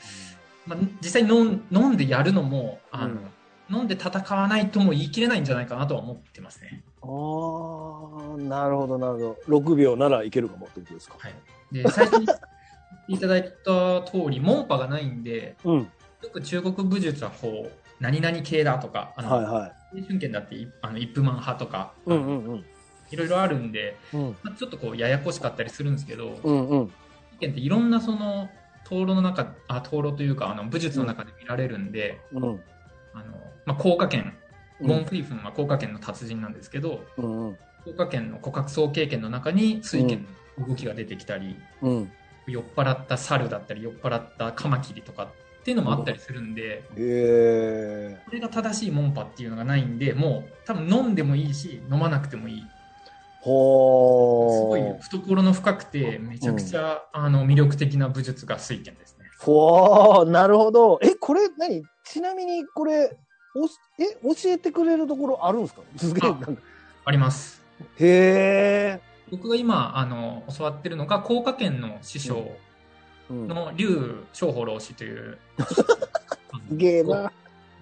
Speaker 4: まあ、実際飲ん飲んでやるのもあの、飲んで戦わないとも言い切れないんじゃないかなとは思ってますね。
Speaker 2: ああなるほどなるほど6秒ならいけるかもってことですか
Speaker 4: はい、で最初に言っていただいた通り門派がないんで
Speaker 2: うん
Speaker 4: よく中国武術はこう何々系だとかあの、
Speaker 2: はいはい
Speaker 4: 青春圏だっていあの一風満派とか、
Speaker 2: うんうんうん
Speaker 4: いろいろあるんで、
Speaker 2: うん
Speaker 4: まあ、ちょっとこうややこしかったりするんですけど、意
Speaker 2: うんうん
Speaker 4: 見っていろんなその灯籠の中あ灯籠というかあの武術の中で見られるんで、
Speaker 2: うん
Speaker 4: あのまあ、高架圏
Speaker 2: うん
Speaker 4: ボン・フリーフンは高架圏の達人なんですけど、
Speaker 2: うんうん
Speaker 4: 高架圏の骨格総経験の中に水拳の動きが出てきたり、
Speaker 2: うん
Speaker 4: 酔っ払った猿だったり酔っ払ったカマキリとかっていうのもあったりするん
Speaker 2: へ
Speaker 4: で、
Speaker 2: え
Speaker 4: これが正しい門派っていうのがないんでもう多分飲んでもいいし飲まなくてもいい
Speaker 2: ほー
Speaker 4: すごい懐の深くて、めちゃくちゃ、あの魅力的な武術が水拳ですね。
Speaker 2: ほーなるほどえこれ何ちなみにこれおしえ教えてくれるところあるんですかすげえ
Speaker 4: あ
Speaker 2: なんか
Speaker 4: あります。
Speaker 2: へえ
Speaker 4: 僕が今あの教わってるのが、高架県の師匠
Speaker 2: うん
Speaker 4: の劉小宝老師という、
Speaker 2: すげえな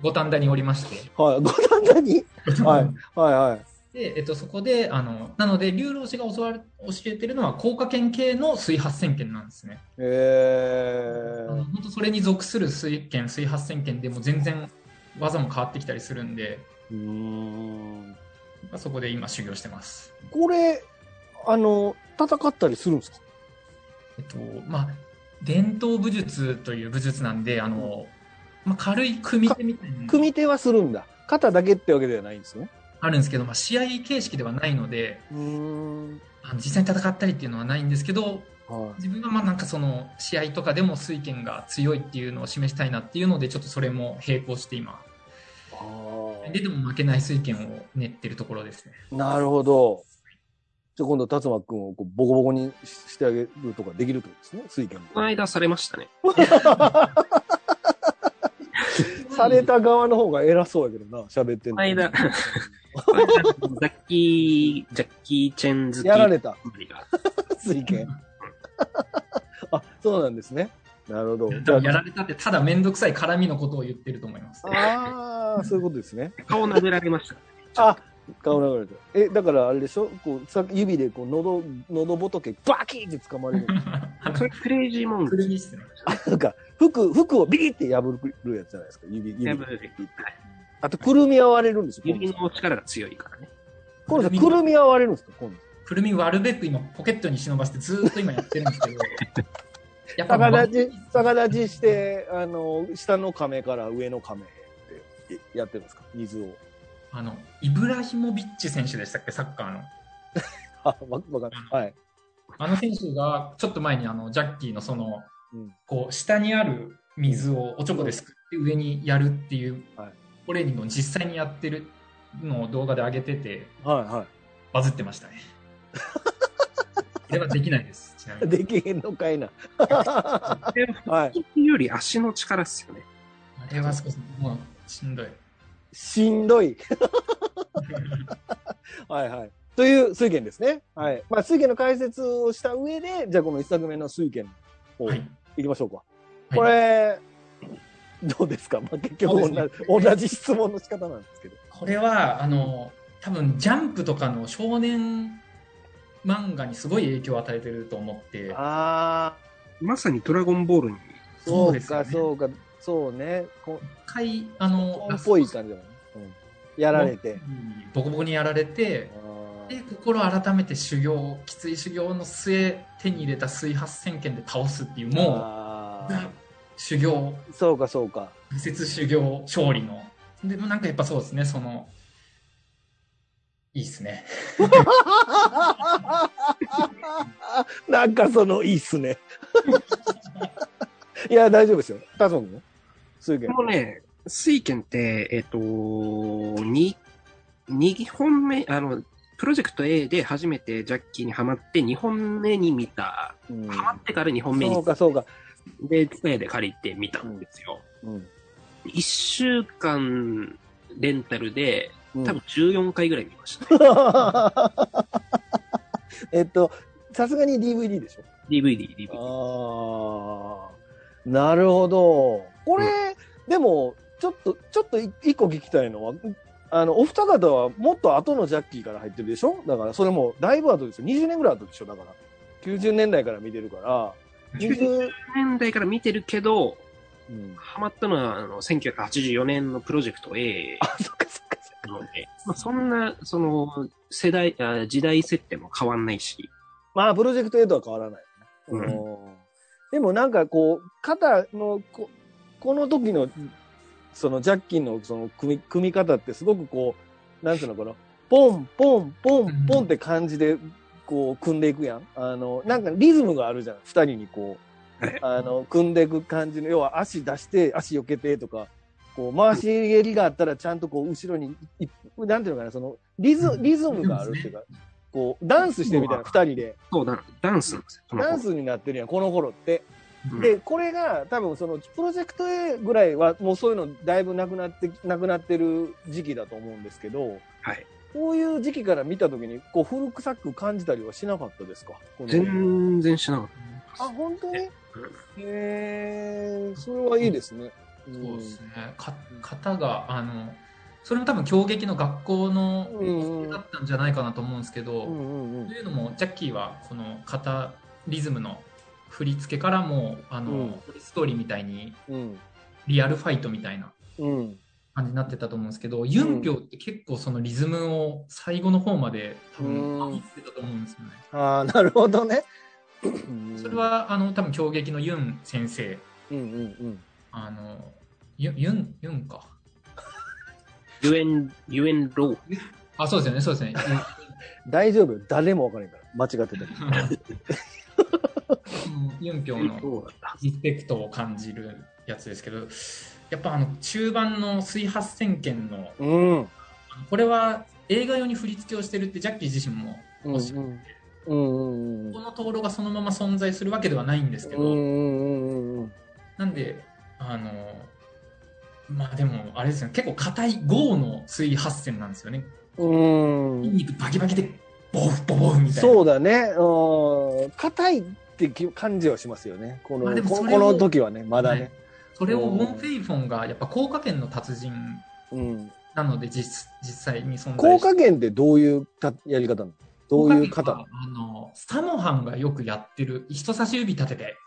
Speaker 4: 五反田におりまして、
Speaker 2: [laughs] はいご覧だにはいはいはい。
Speaker 4: で、えっと、そこで、あの、なので、流浪氏が教わる、教えてるのは、高科研系の水発線圏なんですね。
Speaker 2: え
Speaker 4: あの本当それに属する水圏、水発線圏でも全然技も変わってきたりするんで、
Speaker 2: ー、うーん
Speaker 4: まあそこで今修行してます。
Speaker 2: これあの戦ったりするんですか
Speaker 4: えっと、まあ、伝統武術という武術なんで、あの、まあ、軽い組手みたいなのが
Speaker 2: 組手はするんだ肩だけってわけではないんですね
Speaker 4: あるんですけど、まあ、試合形式ではないので、
Speaker 2: うーん
Speaker 4: あの実際に戦ったりっていうのはないんですけど、
Speaker 2: は
Speaker 4: 自分はまあなんかその試合とかでも水拳が強いっていうのを示したいなっていうので、ちょっとそれも並行して今、
Speaker 2: いあ
Speaker 4: ででも負けない水拳を練ってるところですね。
Speaker 2: ーなるほどじゃあ今度達馬くんをこうボコボコにししてあげるとかできるってことですね水拳
Speaker 3: この間されましたね。
Speaker 2: された側の方が偉そうやけどな喋ってんの
Speaker 3: この間この間ジャッキー、ジャッキー・チェン好き。
Speaker 2: やられた
Speaker 3: が
Speaker 2: 水拳あそうなんですねなるほど
Speaker 4: 多分やられたって、ただ面倒くさい絡みのことを言ってると思
Speaker 2: [laughs]
Speaker 4: います。
Speaker 2: ああそういうことですね
Speaker 3: 顔殴られました。
Speaker 2: あ顔流れてえだからあれでしょこうさ指でこう喉喉仏バキーって掴まれる
Speaker 4: あの
Speaker 3: それクレイジーモン
Speaker 4: 古
Speaker 3: ズ。
Speaker 4: いっすね。
Speaker 2: あなんか服服をビーって破るやつじゃないですか指指で
Speaker 3: 破る
Speaker 2: あとくるみは割れるんですよ今
Speaker 3: 指
Speaker 2: 度
Speaker 3: の力が強いからね。
Speaker 2: 今度さくるみは割れるんですか今度
Speaker 4: くるみ割るべく今ポケットに忍ばせてずーっと今やってるんですけど。やっ
Speaker 2: 逆立ち逆立ちしてあの下の亀から上の亀へってやってるんですか水を
Speaker 4: あの、イブラヒモビッチ選手でしたっけ、サッカーの。
Speaker 2: あわわかんないはい
Speaker 4: あの選手がちょっと前にあのジャッキーのその、
Speaker 2: うん
Speaker 4: こう下にある水をおちょこですくって上にやるっていう
Speaker 2: はい
Speaker 4: トレーニングを実際にやってるのを動画で上げてて
Speaker 2: はいは
Speaker 4: バズってま
Speaker 2: [laughs]
Speaker 4: したね。それはできないです。ちなみ
Speaker 2: い
Speaker 4: に。
Speaker 2: できへんのかいなは
Speaker 3: でも
Speaker 2: い
Speaker 3: 腹筋より足の力っすよね。
Speaker 4: あれは少しもうしんどい。
Speaker 2: しんどいはいはい。という水拳ですね。はい。まあ、水拳の解説をした上で、じゃあこの一作目の水拳を、、
Speaker 4: はいい。
Speaker 2: きましょうか。
Speaker 4: はい
Speaker 2: これ、どうですか、まあ、結局同じ,、
Speaker 4: そうで
Speaker 2: 同じ質問の仕方なんですけど。
Speaker 4: これはあの多分ジャンプとかの少年漫画にすごい影響を与えてると思って
Speaker 2: ああ、
Speaker 3: まさにドラゴンボールに。
Speaker 4: そ
Speaker 2: そうう
Speaker 4: ですよ
Speaker 2: か、
Speaker 4: ね
Speaker 2: そうか、そうね。こ
Speaker 4: 一回あの
Speaker 2: うっぽい
Speaker 4: ラス
Speaker 2: 感じだもんね。うんやられて
Speaker 4: ボ。ボコボコにやられて
Speaker 2: あ
Speaker 4: で
Speaker 2: ー
Speaker 4: 心改めて修行きつい修行の末手に入れた水発千剣で倒すっていうも
Speaker 2: あ
Speaker 4: う
Speaker 2: ー
Speaker 4: 修行
Speaker 2: そうか、そうか。
Speaker 4: 不説修行勝利のでもなんかやっぱそうですねそのいいですね
Speaker 2: なんかその、いいっす
Speaker 4: [laughs]
Speaker 2: ね。いや、大丈夫ですよ。タソンの水拳
Speaker 3: こ。のね、水拳って、えっ、と、に、2本目、あの、プロジェクト A で初めてジャッキーにハマって2本目に見た。
Speaker 2: うん
Speaker 3: ハマってから2本目
Speaker 2: そう
Speaker 3: に、
Speaker 2: か、そうか。
Speaker 3: で、ツタヤで借りて見たんですよ。
Speaker 2: うん。
Speaker 3: 1週間レンタルで、
Speaker 2: うん
Speaker 3: 多分14回ぐらい見ました、
Speaker 2: [laughs] えっと、さすがに DVD でし
Speaker 3: DVD、DVD。
Speaker 2: ょ。ああ、なるほど。これ、でも、ちょっと、ちょっとい一個聞きたいのは、あの、お二方はもっと後のジャッキーから入ってるでしょだから、それもだいぶ後ですよ。20年ぐらい後でしょだから。90年代から見てるから、90、 [laughs]
Speaker 3: 年代から見てるけど、
Speaker 2: うん、
Speaker 3: ハマったのは、あの、1984年のプロジェクト A
Speaker 2: あ、そっかそっかそっか。
Speaker 3: なので、まあ、そんな、その、世代、あ時代設定も変わんないし、
Speaker 2: まあ、プロジェクト A とは変わらないよね。うんでもなんかこう、肩のこ、この時の、そのジャッキーのその組み、組み方ってすごくこう、なんていうのかな、ポン、ポン、ポン、ポンって感じで、こう、組んでいくやん。あの、なんかリズムがあるじゃん。二人にこう
Speaker 3: はい、
Speaker 2: あの、組んでいく感じの、要は足出して、足避けてとか、こう、回し蹴りがあったらちゃんとこう、後ろにい、いなんていうのかな、その、リズ、リズムがあるっていうか、こう、ダンスしてるみたいな、二人で。
Speaker 3: そうだ、ダンスなんですよ、その
Speaker 2: ダン
Speaker 3: 頃
Speaker 2: スになってるやん、この頃って。
Speaker 3: うん
Speaker 2: で、これが多分そのプロジェクト A ぐらいはもうそういうのだいぶなくなって、なくなってる時期だと思うんですけど、
Speaker 3: はい。
Speaker 2: こういう時期から見たときに、こう古臭く感じたりはしなかったですかこの
Speaker 3: 全然しなかっ
Speaker 2: あ、本当にへ
Speaker 3: た。うん
Speaker 2: えー、それはいいですね。
Speaker 4: そうです
Speaker 2: ん
Speaker 4: ね。か型があのそれも多分狂撃の学校の
Speaker 2: うんうん
Speaker 4: だったんじゃないかなと思うんですけど、
Speaker 2: うんうんうん
Speaker 4: というのもジャッキーはこの型リズムの振り付けからもうあの、
Speaker 2: うん
Speaker 4: トイストーリーみたいに
Speaker 2: うん
Speaker 4: リアルファイトみたいな
Speaker 2: うん
Speaker 4: 感じになってたと思うんですけど、ユンピョウって結構そのリズムを最後の方まで多分
Speaker 2: うん
Speaker 4: 見つけたと思うんですよね。
Speaker 2: ああなるほどね
Speaker 4: それはあの多分狂撃のユン先生
Speaker 2: うんうん
Speaker 4: あのユユンユンか
Speaker 3: ゆえん、ゆえんロー。
Speaker 4: あそうですよねそうですね。
Speaker 2: うん大丈夫誰もわからんから間違ってても
Speaker 4: ユンユンピョウの
Speaker 3: ローだった。
Speaker 4: リスペクトを感じるやつですけどやっぱあの中盤の水発線圏の
Speaker 2: うん
Speaker 4: あのこれは映画用に振り付けをしてるってジャッキー自身も
Speaker 2: うん
Speaker 4: おっしゃって、
Speaker 2: うんうんうん
Speaker 4: この灯籠がそのまま存在するわけではないんですけ
Speaker 2: うんう
Speaker 4: ど、
Speaker 2: んうん
Speaker 4: なんであのまあでもあれですよね結構硬い豪の水発線なんですよね
Speaker 2: うんう
Speaker 4: 筋
Speaker 2: ん
Speaker 4: 肉バキバキでボフボフボフみたいな
Speaker 2: そうだねうん硬いって感じはしますよねこ
Speaker 4: まあ
Speaker 2: の
Speaker 4: でも
Speaker 2: こ
Speaker 4: それ
Speaker 2: こ
Speaker 4: を
Speaker 2: の時はねまだね
Speaker 4: それを
Speaker 2: うん
Speaker 4: ウォン・フェイフォンがやっぱ高架圏の達人
Speaker 2: うん
Speaker 4: なので実実際に存在
Speaker 2: 高
Speaker 4: して
Speaker 2: 加減ってどういうたやり方なのどういう
Speaker 4: 高架圏
Speaker 2: 方な
Speaker 4: は
Speaker 2: の
Speaker 4: あのサモハンがよくやってる人差し指立てて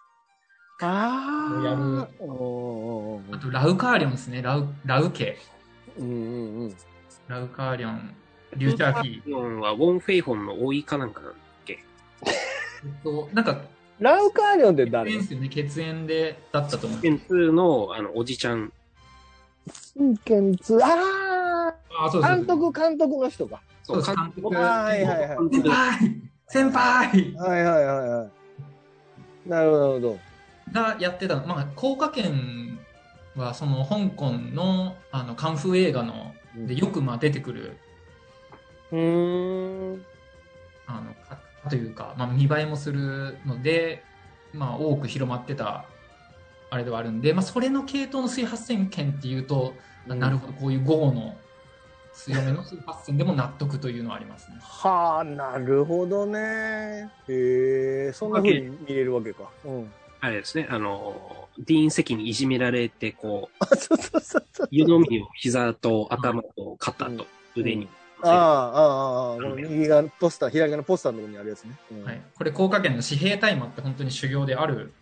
Speaker 2: あ
Speaker 4: をやる
Speaker 2: ーおーおー
Speaker 4: あとラウカーリョンですねラウラウ家
Speaker 2: おーうんうんうん
Speaker 4: ラウカーリョンリューチャーヒー
Speaker 3: ウォンフェイフォンはウォン・フェイフォンの多いかなんかなんだっけ
Speaker 4: えっとなんか
Speaker 2: ラウカーリョンって
Speaker 4: 血縁
Speaker 2: 誰
Speaker 4: ですよね血縁でだったと思う
Speaker 3: ケン2のあのおじちゃん。
Speaker 2: 真剣ツあ
Speaker 4: あそう
Speaker 2: あ
Speaker 4: で
Speaker 2: 監
Speaker 4: す
Speaker 2: 督監督の人か
Speaker 4: そうです
Speaker 3: 監督
Speaker 4: 監督
Speaker 2: はいはいはい
Speaker 3: 監
Speaker 4: 先
Speaker 3: 督
Speaker 4: 輩先輩
Speaker 2: はいはいはいはいなるほどなるほど
Speaker 4: がやってたのまあ高架圏はその香港のあのカンフー映画のでよくまあ出てくる
Speaker 2: うーん
Speaker 4: あのかというか、まあ、見栄えもするので、まあ、多く広まってたあれではあるんで、まあ、それの系統の水発線圏っていうと、あなるほどこういう豪雨の強めの水発線でも納得というのはありますね。
Speaker 2: はあなるほどねへえそんなふうに見れるわけか
Speaker 4: [laughs]
Speaker 2: うん
Speaker 3: あれですね、あの、ディーン席にいじめられて、こう、
Speaker 2: あそうそうそうそう
Speaker 3: 湯飲みを膝と頭と肩と腕に。
Speaker 2: ああああああこの右側のポスター左側のポスターのところにあるやつね、うん
Speaker 4: はい、これ高架圏の紙幣大麻って本当に修行である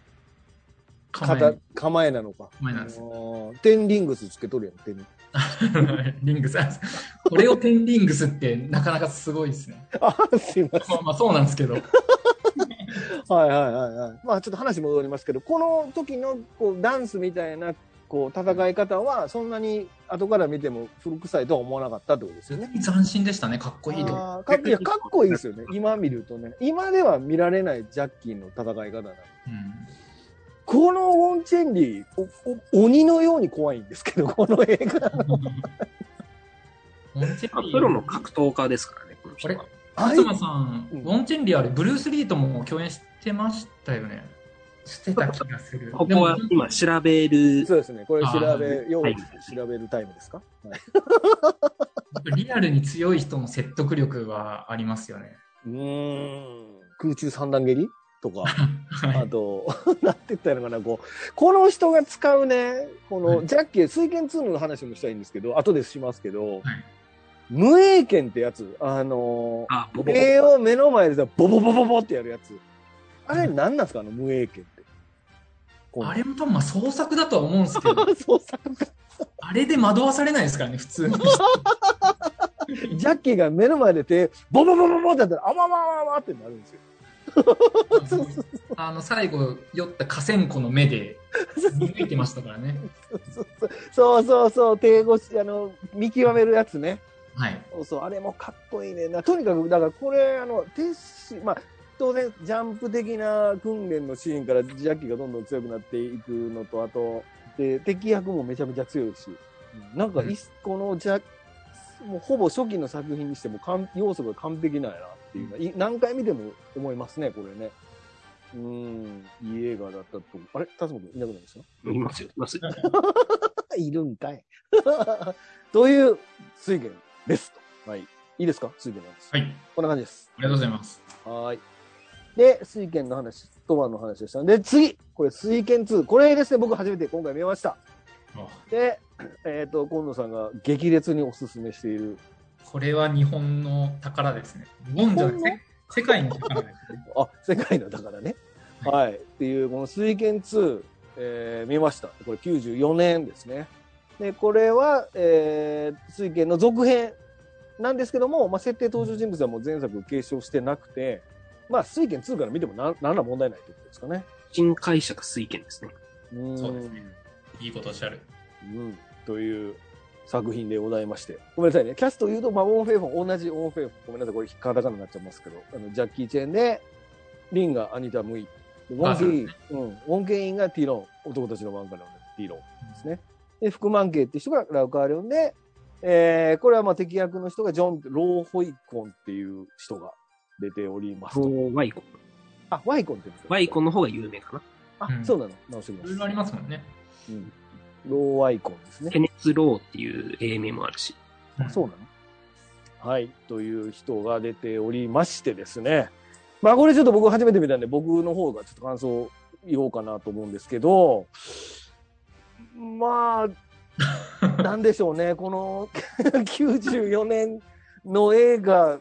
Speaker 4: 構え
Speaker 2: 片構えなのか
Speaker 4: 構えなんです
Speaker 2: よテンリングスつけとるやんテン
Speaker 4: [laughs] リングスこれをテンリングスってなかなかすごいですね。
Speaker 2: あすいません
Speaker 4: まあ、まあそうなんですけ [laughs] ど
Speaker 2: はいはいはいはい。まあちょっと話戻りますけど、この時のこうダンスみたいなこう戦い方はそんなに後から見ても古臭いとは思わなかったってことですよね。
Speaker 4: 斬新でしたねかっこいいと。
Speaker 2: あーかっいやかっこいいです
Speaker 4: [laughs]
Speaker 2: よね。今見るとね、今では見られないジャッキーの戦い方だ。
Speaker 4: うん
Speaker 2: このウォンチェンリーおお鬼のように怖いんですけど、 [laughs] この映画。
Speaker 4: ウォンチェ
Speaker 3: まあ
Speaker 4: ンリー
Speaker 3: プロの格闘家ですからね、この人
Speaker 4: あ
Speaker 3: は。
Speaker 2: あい
Speaker 4: 東さん、
Speaker 2: うん
Speaker 4: ウォンチェンリーあれ、ブルース・リーとも共演してましたよね。してた気がする。
Speaker 3: ここは
Speaker 4: でも
Speaker 3: 今調べる。
Speaker 2: そうですね。これ調
Speaker 4: あ
Speaker 2: べ
Speaker 4: ー、
Speaker 2: よう
Speaker 3: はい
Speaker 2: 調べるタイムですか。はい、
Speaker 4: リアルに強い人の説得力はありますよね。
Speaker 2: うーん。空中三段蹴りとか。
Speaker 4: は
Speaker 2: あ
Speaker 4: い。
Speaker 2: と、 [laughs] なんて言ったらいいのかな、こう、この人が使うね、こ
Speaker 4: は
Speaker 2: の、
Speaker 4: い
Speaker 2: ジャッキー、水拳2の話もしたいんですけど、後でしますけど、
Speaker 4: はい
Speaker 2: 無影剣ってやつ、あの
Speaker 3: あ、ボ
Speaker 2: ー、
Speaker 3: ボ
Speaker 2: 霊を目の前でさ、ボボボボボってやるやつ。あれ、何なんですか、あの無影剣って。この
Speaker 4: あれも多分まあ創作だとは思うんです
Speaker 2: [laughs]
Speaker 4: けど、
Speaker 2: そう作家
Speaker 4: あれで惑わされないですからね、普通の人。
Speaker 2: ジャッキーが目の前で手、ボボボボボってやったら、あわわわわってなるんですよ。
Speaker 4: あの最後、酔った河川湖の目で見抜いてましたからね。
Speaker 2: そうそうそう、手越し、あの、見極めるやつね。
Speaker 4: はい。
Speaker 2: そうそう、あれもかっこいいね。なとにかく、だからこれ、あの、テッシーまあ、当然、ジャンプ的な訓練のシーンからジャッキーがどんどん強くなっていくのと、あと、で、敵役もめちゃめちゃ強いし、うんなんか、
Speaker 4: うん
Speaker 2: いすこのジャもうほぼ初期の作品にしても完要素が完璧なんやなっていうのは、い何回見ても思いますね、これね。うん、いい映画だったと。あれ辰馬君いなくなりました
Speaker 3: いますよ、いますよ。
Speaker 2: [laughs] いるんかい。 [laughs] という水源ですと。はい。いいですか水源なんです。
Speaker 4: はい。あり
Speaker 2: こんな感じです。
Speaker 4: がとうございます。
Speaker 2: はーい。で、水源の話、トマの話でしたので、次これ水源2。これですね、僕初めて今回見ました。
Speaker 4: あ
Speaker 2: で、えっ、と、今野さんが激烈におすすめしている。
Speaker 4: これは日本の宝ですね。日本じゃなく
Speaker 2: 日本
Speaker 4: て、世界の宝ですね。
Speaker 2: あ、世界のだからね。はい。っていう、この水剣2、えー見ました。これ94年ですね。で、これは、えー、水剣の続編なんですけども、まあ、設定登場人物はもう前作を継承してなくて、まあ、水剣2から見てもな何ら問題ないということですかね。
Speaker 3: 新解釈推見ですね。
Speaker 2: うん
Speaker 4: そうですね。いいことおっしゃる。
Speaker 2: うん、という作品でございまして。ごめんなさいね。キャスト言うと、まあ、オンフェイフォン、同じオンフェイフォン。ごめんなさい、これ、カタカナになっちゃいますけど、あのジャッキー・チェンで、リンがアニタ・ムイ、ウォン・ケイン、うん、ウォン・ケインがティロン、男たちの漫画のティロンですね。で、福満慶って人がラウカーリョンで、えー、これはまあ敵役の人がジョン・ローホイコンっていう人が出ておりますと。
Speaker 3: ワイコン。
Speaker 2: あ、ワイコンって言うんですか
Speaker 3: ワイコンの方が有名かな。
Speaker 2: あ
Speaker 4: う、ん
Speaker 2: そうなの。直して
Speaker 4: いろい
Speaker 2: き
Speaker 4: ろあ
Speaker 2: ま
Speaker 4: りますもんね。
Speaker 2: す。うん。ローワイコンですね。
Speaker 3: ケネス・ローっていう英名もあるし。
Speaker 4: ん
Speaker 2: そうなのはい、という人が出ておりましてですね。まあこれちょっと僕初めて見たんで、僕の方がちょっと感想を言おうかなと思うんですけど、ま [laughs] あ、なんでしょうね、この [laughs] 94年の映画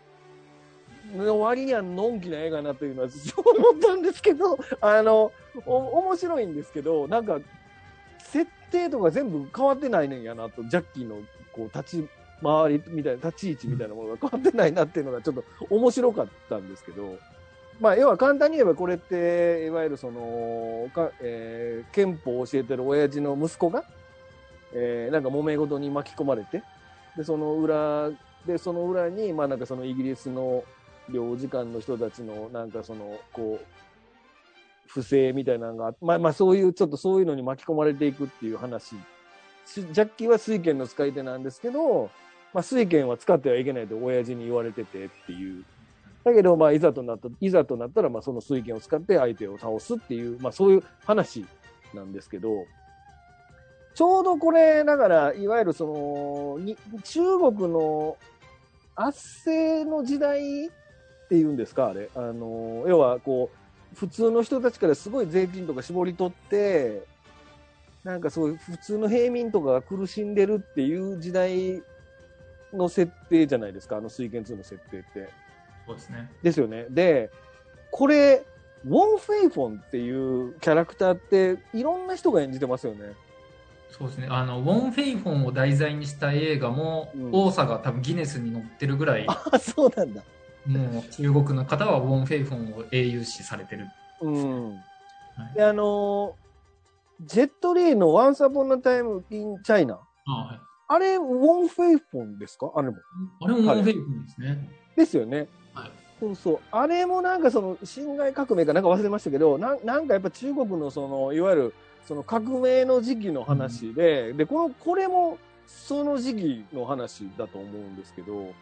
Speaker 2: の割にはのんきな映画なというのはそう思ったんですけど、あの、お面白いんですけど、なんか、設定とか全部変わってないねんやなと、ジャッキーのこう立ち周りみたいな、立ち位置みたいなものが変わってないなっていうのがちょっと面白かったんですけど、まあ、要は簡単に言えばこれって、いわゆるその、かえー憲法を教えてる親父の息子が、えーなんか揉め事に巻き込まれて、で、その裏、で、その裏に、まあなんかそのイギリスの領事館の人たちの、なんかその、こう、不正みたいなのがあまあまあそういう、ちょっとそういうのに巻き込まれていくっていう話。しジャッキーは水拳の使い手なんですけど、まあ、水拳は使ってはいけないと親父に言われててっていう。だけど、まあ、いざとなった、いざとなったら、まあ、その水拳を使って相手を倒すっていう、まあ、そういう話なんですけど、ちょうどこれ、だから、いわゆるその、に中国の圧政の時代っていうんですか、あれ。あの、要は、こう、普通の人たちからすごい税金とか絞り取って、なんかそういう普通の平民とかが苦しんでるっていう時代の設定じゃないですか、あの水源2の設定って。
Speaker 4: そうですね。
Speaker 2: ですよね。で、これ、ウォン・フェイフォンっていうキャラクターって、いろんな人が演じてますよね。
Speaker 4: そうですね。あの、ウォン・フェイフォンを題材にした映画も、
Speaker 2: うん
Speaker 4: 多さが多分ギネスに載ってるぐらい、
Speaker 2: あ、そうなんだ。
Speaker 4: もう中国の方はウォン・フェイフォンを英雄視されてる。
Speaker 2: うん。
Speaker 4: はい
Speaker 2: で、あのージェットリーのワンサポンのタイムインチャイナ。
Speaker 4: あはい
Speaker 2: あれ、ウォン・フェイフォンですかあれも。
Speaker 4: あれもウォン・フェイフォンですね。
Speaker 2: ですよね。
Speaker 4: はい
Speaker 2: そうそう。あれもなんかその、辛亥革命かなんか忘れましたけど、なんなんかやっぱ中国のその、いわゆる、その革命の時期の話で、で、この、これもその時期の話だと思うんですけど、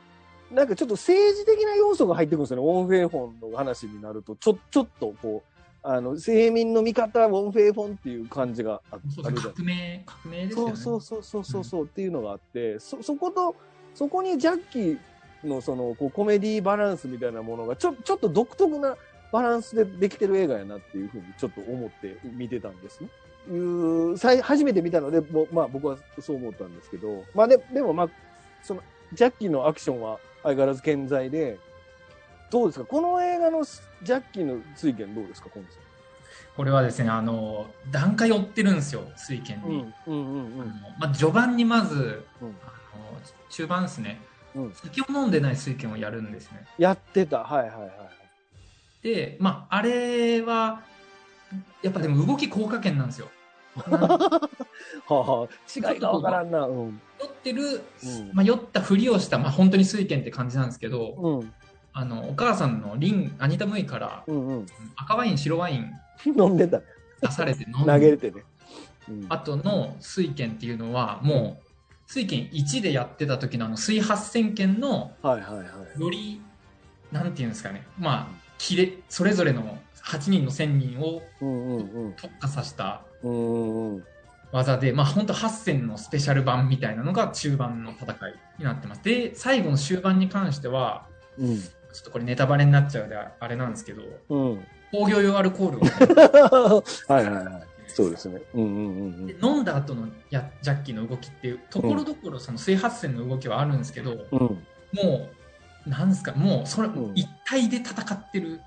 Speaker 2: なんかちょっと政治的な要素が入ってくるんですよね。ウォン・フェイフォンの話になると、ちょ、ちょっとこう、あの、生民の味方、ウォン・フェイフォンっていう感じがああるじ
Speaker 4: そ
Speaker 2: ゃ
Speaker 4: う
Speaker 2: ない
Speaker 4: で
Speaker 2: ですす
Speaker 4: ね
Speaker 2: か。
Speaker 4: 革命、革命ですよ
Speaker 2: そ
Speaker 4: ね。
Speaker 2: うそうそうそうそうそうっていうのがあって、そそことそこにジャッキーのそのこうコメディバランスみたいなものがちょちょっと独特なバランスでできてる映画やなっていうふうにちょっと思って見てたんですね。いうさい初めて見たので、ぼまあ、僕はそう思ったんですけど、まあ、ででも、まあ、そのジャッキーのアクションは相変わらず健在でどうですかこの映画のすジャッキーの追見どうですか今度
Speaker 4: これはですね、あの、段階追ってるんですよ、水拳に。
Speaker 2: うんうんう
Speaker 4: あの
Speaker 2: ん
Speaker 4: まあ、序盤にまず、
Speaker 2: うん
Speaker 4: あの中盤ですね、
Speaker 2: うん
Speaker 4: 酒を飲んでない水拳をやるんですね。
Speaker 2: やってたはいはいはい
Speaker 4: で、まあ、あれは、やっぱでも動き効果圏なんですよ。なんか
Speaker 2: はあはあ、違いがわからんな。うん。
Speaker 4: 酔ってる、
Speaker 2: うん
Speaker 4: まあ、酔ったふりをした、まあ、本当に水拳って感じなんですけど、
Speaker 2: うん。
Speaker 4: あのお母さんのリン、アニタムイから
Speaker 2: うんうん。
Speaker 4: 赤ワイン、白ワイン
Speaker 2: 飲んでたね。
Speaker 4: 出されて飲ん
Speaker 2: 投げれ
Speaker 4: で
Speaker 2: てね。うん、
Speaker 4: 後の水拳っていうのは、もう、水拳1でやってた時のあの水8000拳の
Speaker 2: はいはいはい。
Speaker 4: よりなんていうんですかねまあ切れそれぞれの8人の1000人を
Speaker 2: うんうん
Speaker 4: 特化させた
Speaker 2: うん。うんうん。
Speaker 4: 技でまあ本当8 0のスペシャル版みたいなのが中盤の戦いになってますで最後の終盤に関しては
Speaker 2: うん。
Speaker 4: ちょっとこれネタバ
Speaker 2: [laughs]
Speaker 4: レになっちゃうであれなんですけど
Speaker 2: うん。
Speaker 4: 工業用アルコールをね、
Speaker 2: はいはいはい。 [laughs] そうですね。うんうんうんう
Speaker 4: で
Speaker 2: ん。
Speaker 4: 飲んだ後のやジャッキーの動きっていうところどころその水発線の動きはあるんですけど、
Speaker 2: うん
Speaker 4: もうなんですかもうそれ、
Speaker 2: うん
Speaker 4: 一体で戦ってる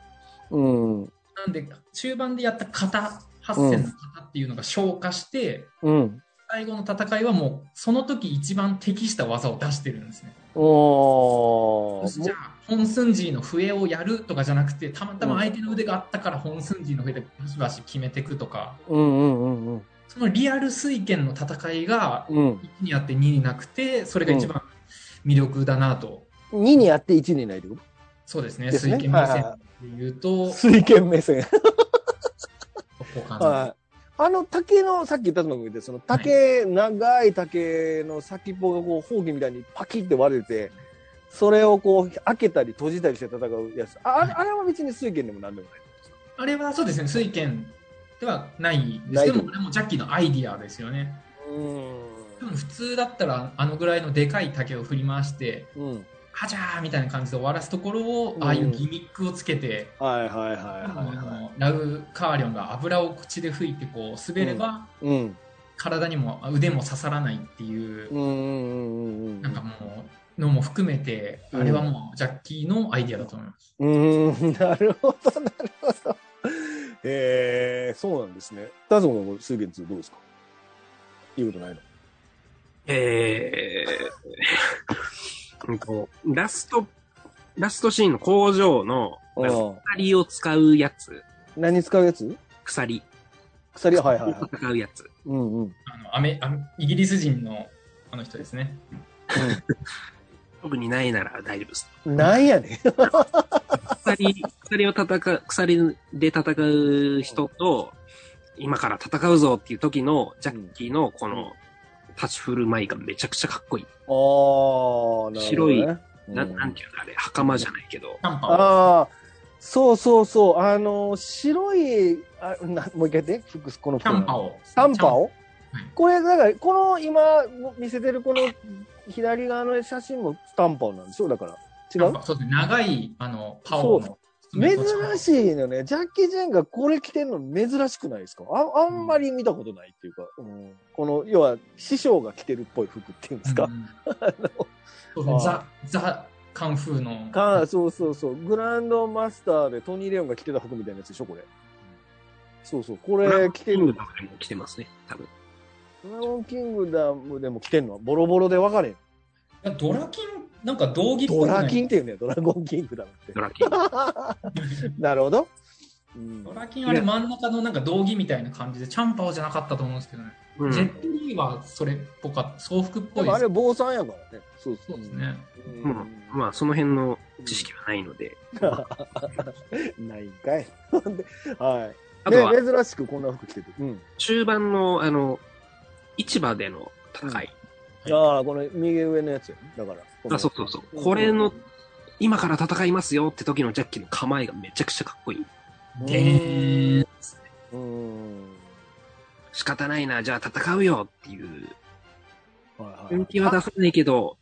Speaker 2: うん
Speaker 4: なんで中盤でやった型発線の型っていうのが消化して、
Speaker 2: うん。
Speaker 4: 最後の戦いはもうその時一番適した技を出してるんですね。
Speaker 2: お
Speaker 4: よしじ
Speaker 2: ー
Speaker 4: ゃあホン・スンジーの笛をやるとかじゃなくてたまたま相手の腕があったからホン・スンジーの笛でバシバシ決めていくとか
Speaker 2: うんうんうんうん
Speaker 4: そのリアル水拳の戦いが
Speaker 2: うん。
Speaker 4: 1にあって2になくてそれが一番魅力だなと、
Speaker 2: 2にやって1にないでこと
Speaker 4: そうですね
Speaker 2: ですね
Speaker 4: 水拳目
Speaker 2: はい
Speaker 4: 線
Speaker 2: は
Speaker 4: で言うと
Speaker 2: 水拳目線。
Speaker 4: ここかな
Speaker 2: はい。あの竹の、さっき言ったのも見て、その竹、長い竹の先っぽがこう、ほうきみたいにパキって割れて、それをこう、開けたり閉じたりして戦うやつ。ああれあれは別に水拳でも何でもない。
Speaker 4: あれはそうですね水拳ではないで
Speaker 2: な
Speaker 4: す
Speaker 2: い
Speaker 4: でもこれもジャッキーのアイディアですよね多分普通だったらあのぐらいのでかい竹を振り回して
Speaker 2: うん。うん。
Speaker 4: はじゃーみたいな感じで終わらすところを
Speaker 2: うん
Speaker 4: ああいうギミックをつけて、
Speaker 2: はいはいはいはい
Speaker 4: あ
Speaker 2: は
Speaker 4: のラウカーリョンが油を口で吹いてこう滑れば、
Speaker 2: い。うん。
Speaker 4: 体にもあ腕も刺さらないっていう、
Speaker 2: うんうんうんうんうん。
Speaker 4: なんかもうのも含めて、
Speaker 2: うん
Speaker 4: あれはもうジャッキーのアイディアだと思います。
Speaker 2: うーん、なるほど、なるほど。ええそうなんですね。ダズモの水源2どうですかいいことないの
Speaker 3: えー [laughs] うんと、ラスト、ラストシーンの工場の
Speaker 2: うん
Speaker 3: 鎖を使うやつ、
Speaker 2: 何使うやつ
Speaker 3: 鎖
Speaker 2: 鎖はいはいはい。
Speaker 3: 戦うやつ。
Speaker 2: うんうん。
Speaker 4: あのアメアメイギリス人のあの人ですね。
Speaker 3: 特にないなら大丈夫です。
Speaker 2: なんや [laughs] ねん。
Speaker 3: 鎖、 [laughs] 鎖を戦う、鎖で戦う人と、今から戦うぞっていう時のジャッキーのこの立ち振る舞いがめちゃくちゃかっこいい。
Speaker 2: あー、なるほど、
Speaker 3: 白い
Speaker 2: ね。
Speaker 3: な
Speaker 2: うん
Speaker 3: なんていうのあれ、袴じゃないけど、
Speaker 4: タンパを
Speaker 2: ああ、そうそうそう。あの、白い、あなもう一回言って、服この服
Speaker 4: キャンパを。
Speaker 2: タンパを
Speaker 4: はい
Speaker 2: これ、だから、この今見せてるこの左側の写真もタンパオなんでしょだから。
Speaker 4: キ
Speaker 2: 違
Speaker 4: ャ
Speaker 2: う
Speaker 4: ンパそうですね、長いあのパオの。
Speaker 2: 珍
Speaker 4: い。
Speaker 2: しいのね。ジャッキー・ジェンがこれ着てんの珍しくないですかああんまり見たことないっていうか、うんこの、要は師匠が着てるっぽい服っていうんですか、 [laughs]
Speaker 4: うんそうですねザ・ザ・カンフーの。
Speaker 2: か、そうそうそう。グランドマスターでトニー・レオンが着てた服みたいなやつでしょこれ。そうそう。こ
Speaker 3: ドラ
Speaker 2: れ
Speaker 3: ゴン
Speaker 2: 着
Speaker 3: キ
Speaker 2: て
Speaker 3: ング
Speaker 2: る。
Speaker 3: ダムでも来てますね、多分。
Speaker 2: ドラゴンキングダムでも着てんのはボロボロで分かれん。
Speaker 4: いやドラキン、なんか道義っぽ
Speaker 2: ド
Speaker 4: くない
Speaker 2: ラキンっていうね、ドラゴンキングダムって
Speaker 3: ド。ラキング。
Speaker 2: なるほど。うん
Speaker 4: ドラキンあれ真ん中のなんか道着みたいな感じでチャンパオじゃなかったと思うんですけどね、
Speaker 3: うん
Speaker 4: ジェットリーはそれっぽかった装服っぽ
Speaker 2: で
Speaker 4: い
Speaker 2: もあ
Speaker 4: で
Speaker 2: れ
Speaker 4: す
Speaker 2: 坊さんやからね。そうそ
Speaker 4: そう
Speaker 2: う
Speaker 4: ですね、
Speaker 2: うん
Speaker 3: うんまあ、その辺の知識はないので。
Speaker 2: ないんかい。 [laughs] ではい。
Speaker 3: あとは、
Speaker 2: ね、珍しくこんな服着てて。うん。
Speaker 3: 中盤の、あの、市場での戦い。
Speaker 2: ああ、この右上のやつよだから。この
Speaker 3: あ、そうそうそう。これの、今から戦いますよって時のジャッキーの構えがめちゃくちゃかっこいい。
Speaker 4: でーん
Speaker 2: うん。
Speaker 3: 仕方ないな、じゃあ戦うよっていう。
Speaker 2: はいは
Speaker 3: 本
Speaker 2: い。
Speaker 3: 気は出さないけど、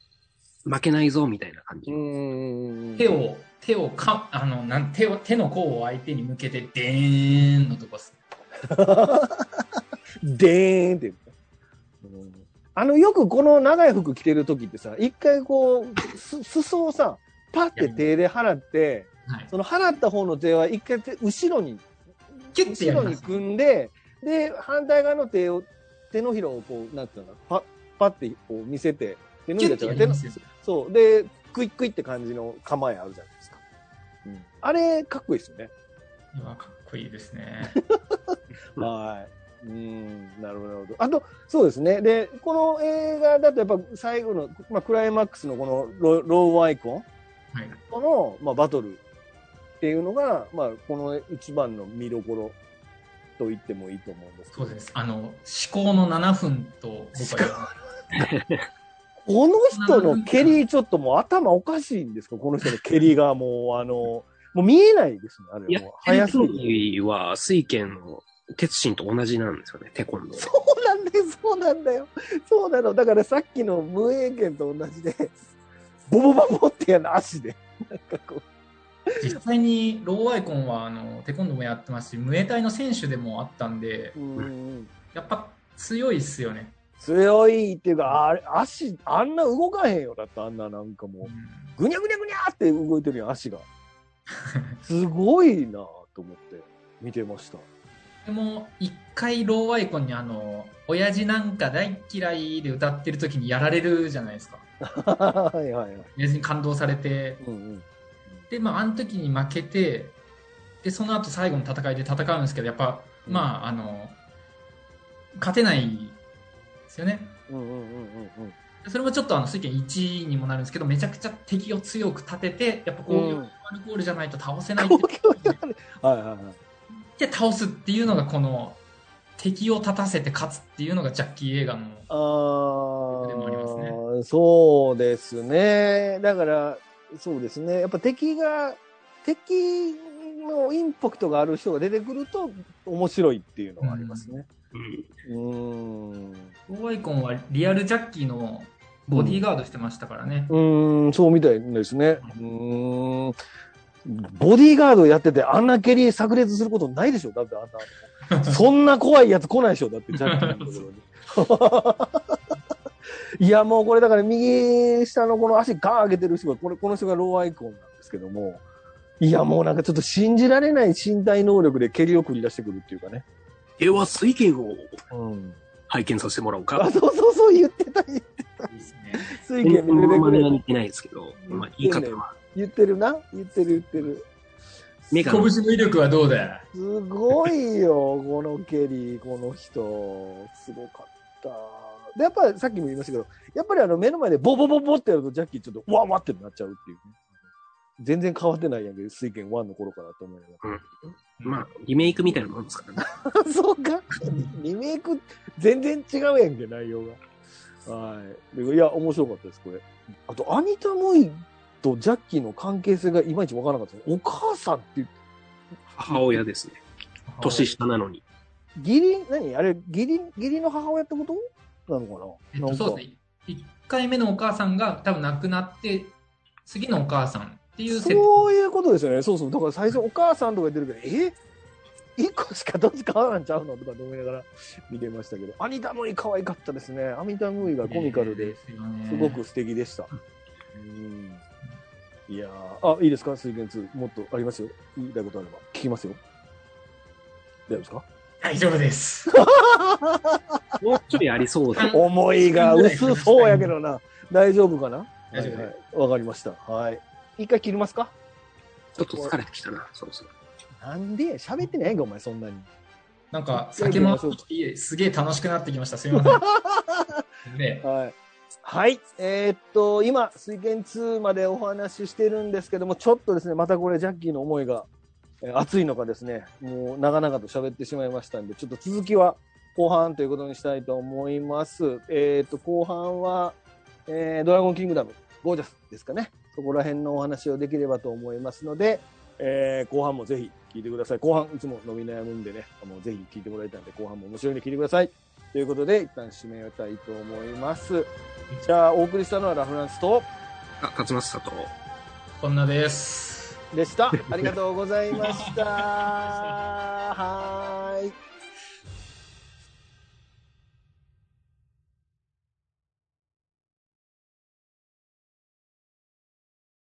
Speaker 3: 負けないぞみたいな感じ。
Speaker 2: うん。
Speaker 4: 手。を手をかあのなん手を手の甲を相手に向けてでーんのとこです
Speaker 2: [laughs] でーんって言う。あの、よくこの長い服着てる時ってさ、一回こう、す、裾をさ、パって手で払って、
Speaker 4: はい
Speaker 2: その払った方の手は一回手後ろに
Speaker 4: キュッてや
Speaker 2: 後ろ
Speaker 4: りま
Speaker 2: に
Speaker 4: す
Speaker 2: 組んで、で、反対側の手を、手のひらをこう、なんていうのかな、パッ、パッてこう見せて、手のひらじゃなく
Speaker 4: キュッてや
Speaker 2: て
Speaker 4: りますよ
Speaker 2: そう。で、クイックイって感じの構えあるじゃないですか。うん、あれ、かっこいいですよね。
Speaker 4: うわかっこいいですね [laughs]
Speaker 3: うん
Speaker 2: はい。うん、なるほどなるほど。あと、そうですね。で、この映画だとやっぱ最後の、まあ、クライマックスのこのロローアイコン
Speaker 4: はい
Speaker 2: との、まあ、バトルっていうのが、まあ、この一番の見どころと言ってもいいと思うんですけ
Speaker 4: そ
Speaker 2: ど
Speaker 4: うですあの思考の7分と僕は
Speaker 2: この人の蹴り、ちょっともう頭おかしいんですかこの人の蹴りがもう、あの、もう見えないですね、あ
Speaker 3: い
Speaker 2: れ
Speaker 3: や
Speaker 2: もう。、
Speaker 3: 早
Speaker 2: 早す
Speaker 3: す
Speaker 2: ぎて。
Speaker 3: ぎるは、水拳の鉄心と同じなんですよね、テコンドー。
Speaker 2: そうなんだよ、そうなんだよ。そうなの。だからさっきの無影剣と同じで、ボボボボってやるの足で、なんかこう、
Speaker 4: 実際にローアイコンはあのテコンドーもやってますし、ムエタイの選手でもあったんで、
Speaker 2: うん
Speaker 4: やっぱ強いっすよね。
Speaker 2: 強いっていうか、あれ、足、あんな動かへんよ。だってあんななんかもう、
Speaker 4: うん
Speaker 2: ぐにゃぐにゃぐにゃって動いてるやん、足が。すごいなと思って見てました。
Speaker 4: でも、一回ローアイコンにあの、親父なんか大嫌いで歌ってる時にやられるじゃないですか。
Speaker 2: はいはいはい。
Speaker 4: 親父に感動されて。
Speaker 2: うんうん。
Speaker 4: で、まあ、あの時に負けて、で、その後最後の戦いで戦うんですけど、やっぱ、
Speaker 2: うん
Speaker 4: まあ、あの、勝てないですよね。
Speaker 2: うんうんうんうん
Speaker 4: それもちょっとあの、水拳1にもなるんですけど、めちゃくちゃ敵を強く立てて、やっぱこう
Speaker 2: うん。
Speaker 4: いう
Speaker 2: うん。
Speaker 4: アルコールじゃないと倒せないって
Speaker 2: 公共じゃないはいはいはい。
Speaker 4: で倒すっていうのがこの敵を立たせて勝つっていうのがジャッキー映画の
Speaker 2: あ
Speaker 4: でもありま
Speaker 2: あ、
Speaker 4: す
Speaker 2: そうですね。だから、そうですね。やっぱ敵が、敵のインパクトがある人が出てくると面白いっていうのはありますね。
Speaker 3: うん
Speaker 2: うーん。
Speaker 4: ローアイコンはリアルジャッキーのボディーガードしてましたからね、
Speaker 2: うーん、そうみたいですね。うーん。ボディーガードやってて、あんな蹴り炸裂することないでしょだってあんな。そんな怖いやつ来ないでしょだって、ジャッキーのところに。いや、 [laughs] もうこれだから右下のこの足ガーン上げてる人が、これ、この人がローアイコンなんですけども、いや、もうなんかちょっと信じられない身体能力で蹴りを繰り出してくるっていうかね。
Speaker 3: では、水拳を
Speaker 2: うん。
Speaker 3: 拝見させてもらおう
Speaker 2: あ、
Speaker 3: か。
Speaker 2: そうそうそう言ってた、言って
Speaker 4: いいですね
Speaker 2: 水
Speaker 3: こ
Speaker 2: 源
Speaker 3: の
Speaker 2: で出てく
Speaker 3: 真似は
Speaker 2: る。
Speaker 3: 似てないですけど、まあ、言い方は。
Speaker 2: 言ってるな言ってる言ってる。
Speaker 3: 目が
Speaker 4: 拳の威力はどうだ
Speaker 2: すごいよ、このケリー、この人。すごかった。で、やっぱりさっきも言いましたけど、やっぱりあの目の前でボボボボってやるとジャッキーちょっとわわってなっちゃうっていうね。全然変わってないやんけ、水拳1の頃からと思いなが
Speaker 3: まあ、リメイクみたいなもんですからね。
Speaker 2: ら。そうか。リメイク、全然違うやんけ、内容が。はい。でいや、面白かったです、これ。あと、アニタ・モイとジャッキーの関係性がいまいちわからなかったですね。お母さんっていう
Speaker 3: 母親ですね。年下な [laughs] のに。
Speaker 2: 義理、何あれ、義理、義理の母親ってことなの
Speaker 4: え
Speaker 2: か
Speaker 4: っ
Speaker 2: な,、
Speaker 4: と、そう
Speaker 2: なんか
Speaker 4: ですね1回目のお母さんが多分亡くなって次のお母さんっていう設定
Speaker 2: そういうことですよね。そうそう。だから最初お母さんとか出てるけど、え一個しかどっち変わらんちゃうのとかと思いながら見てましたけど、アニタムイ可愛かったですね。アニタムイがコミカルで、
Speaker 4: すよね
Speaker 2: すごく素敵でした。うんいやーあ、いいですか水源2。もっとありますよ。言いたいことあれば。聞きますよ。大丈夫ですか
Speaker 4: 大丈
Speaker 2: [laughs]
Speaker 4: 夫です
Speaker 3: もうちょいありそうで。
Speaker 2: 思いが薄そうやけどな。大丈夫かな
Speaker 4: 大丈
Speaker 2: は
Speaker 4: 夫で
Speaker 2: い
Speaker 4: す
Speaker 2: はいわかりました。はい。一回切りますか
Speaker 3: ちょっと疲れてきたな、そろそろ。
Speaker 2: なんで喋ってないんか、お前、そんなに。
Speaker 4: なんか酒もすげえ楽しくなってきましたすいま
Speaker 2: [laughs]
Speaker 4: せんで
Speaker 2: はい。はい。えーっと、今、水拳2までお話ししてるんですけども、ちょっとですね、またこれ、ジャッキーの思いが、えー熱いのかですね、もう長々と喋ってしまいましたんで、ちょっと続きは後半ということにしたいと思います。えーっと、後半は、えードラゴンキングダム、ゴージャスですかね。そこら辺のお話をできればと思いますので、えー後半もぜひ聞いてください。後半、いつも飲み悩むんでね、もうぜひ聞いてもらいたいんで、後半も面白いんで聞いてください。ということで、一旦締めたいと思います。じゃあ、お送りしたのはラフランスと
Speaker 3: あ、勝松佐藤。
Speaker 4: こんなです
Speaker 2: でした。ありがとうございました。はーい。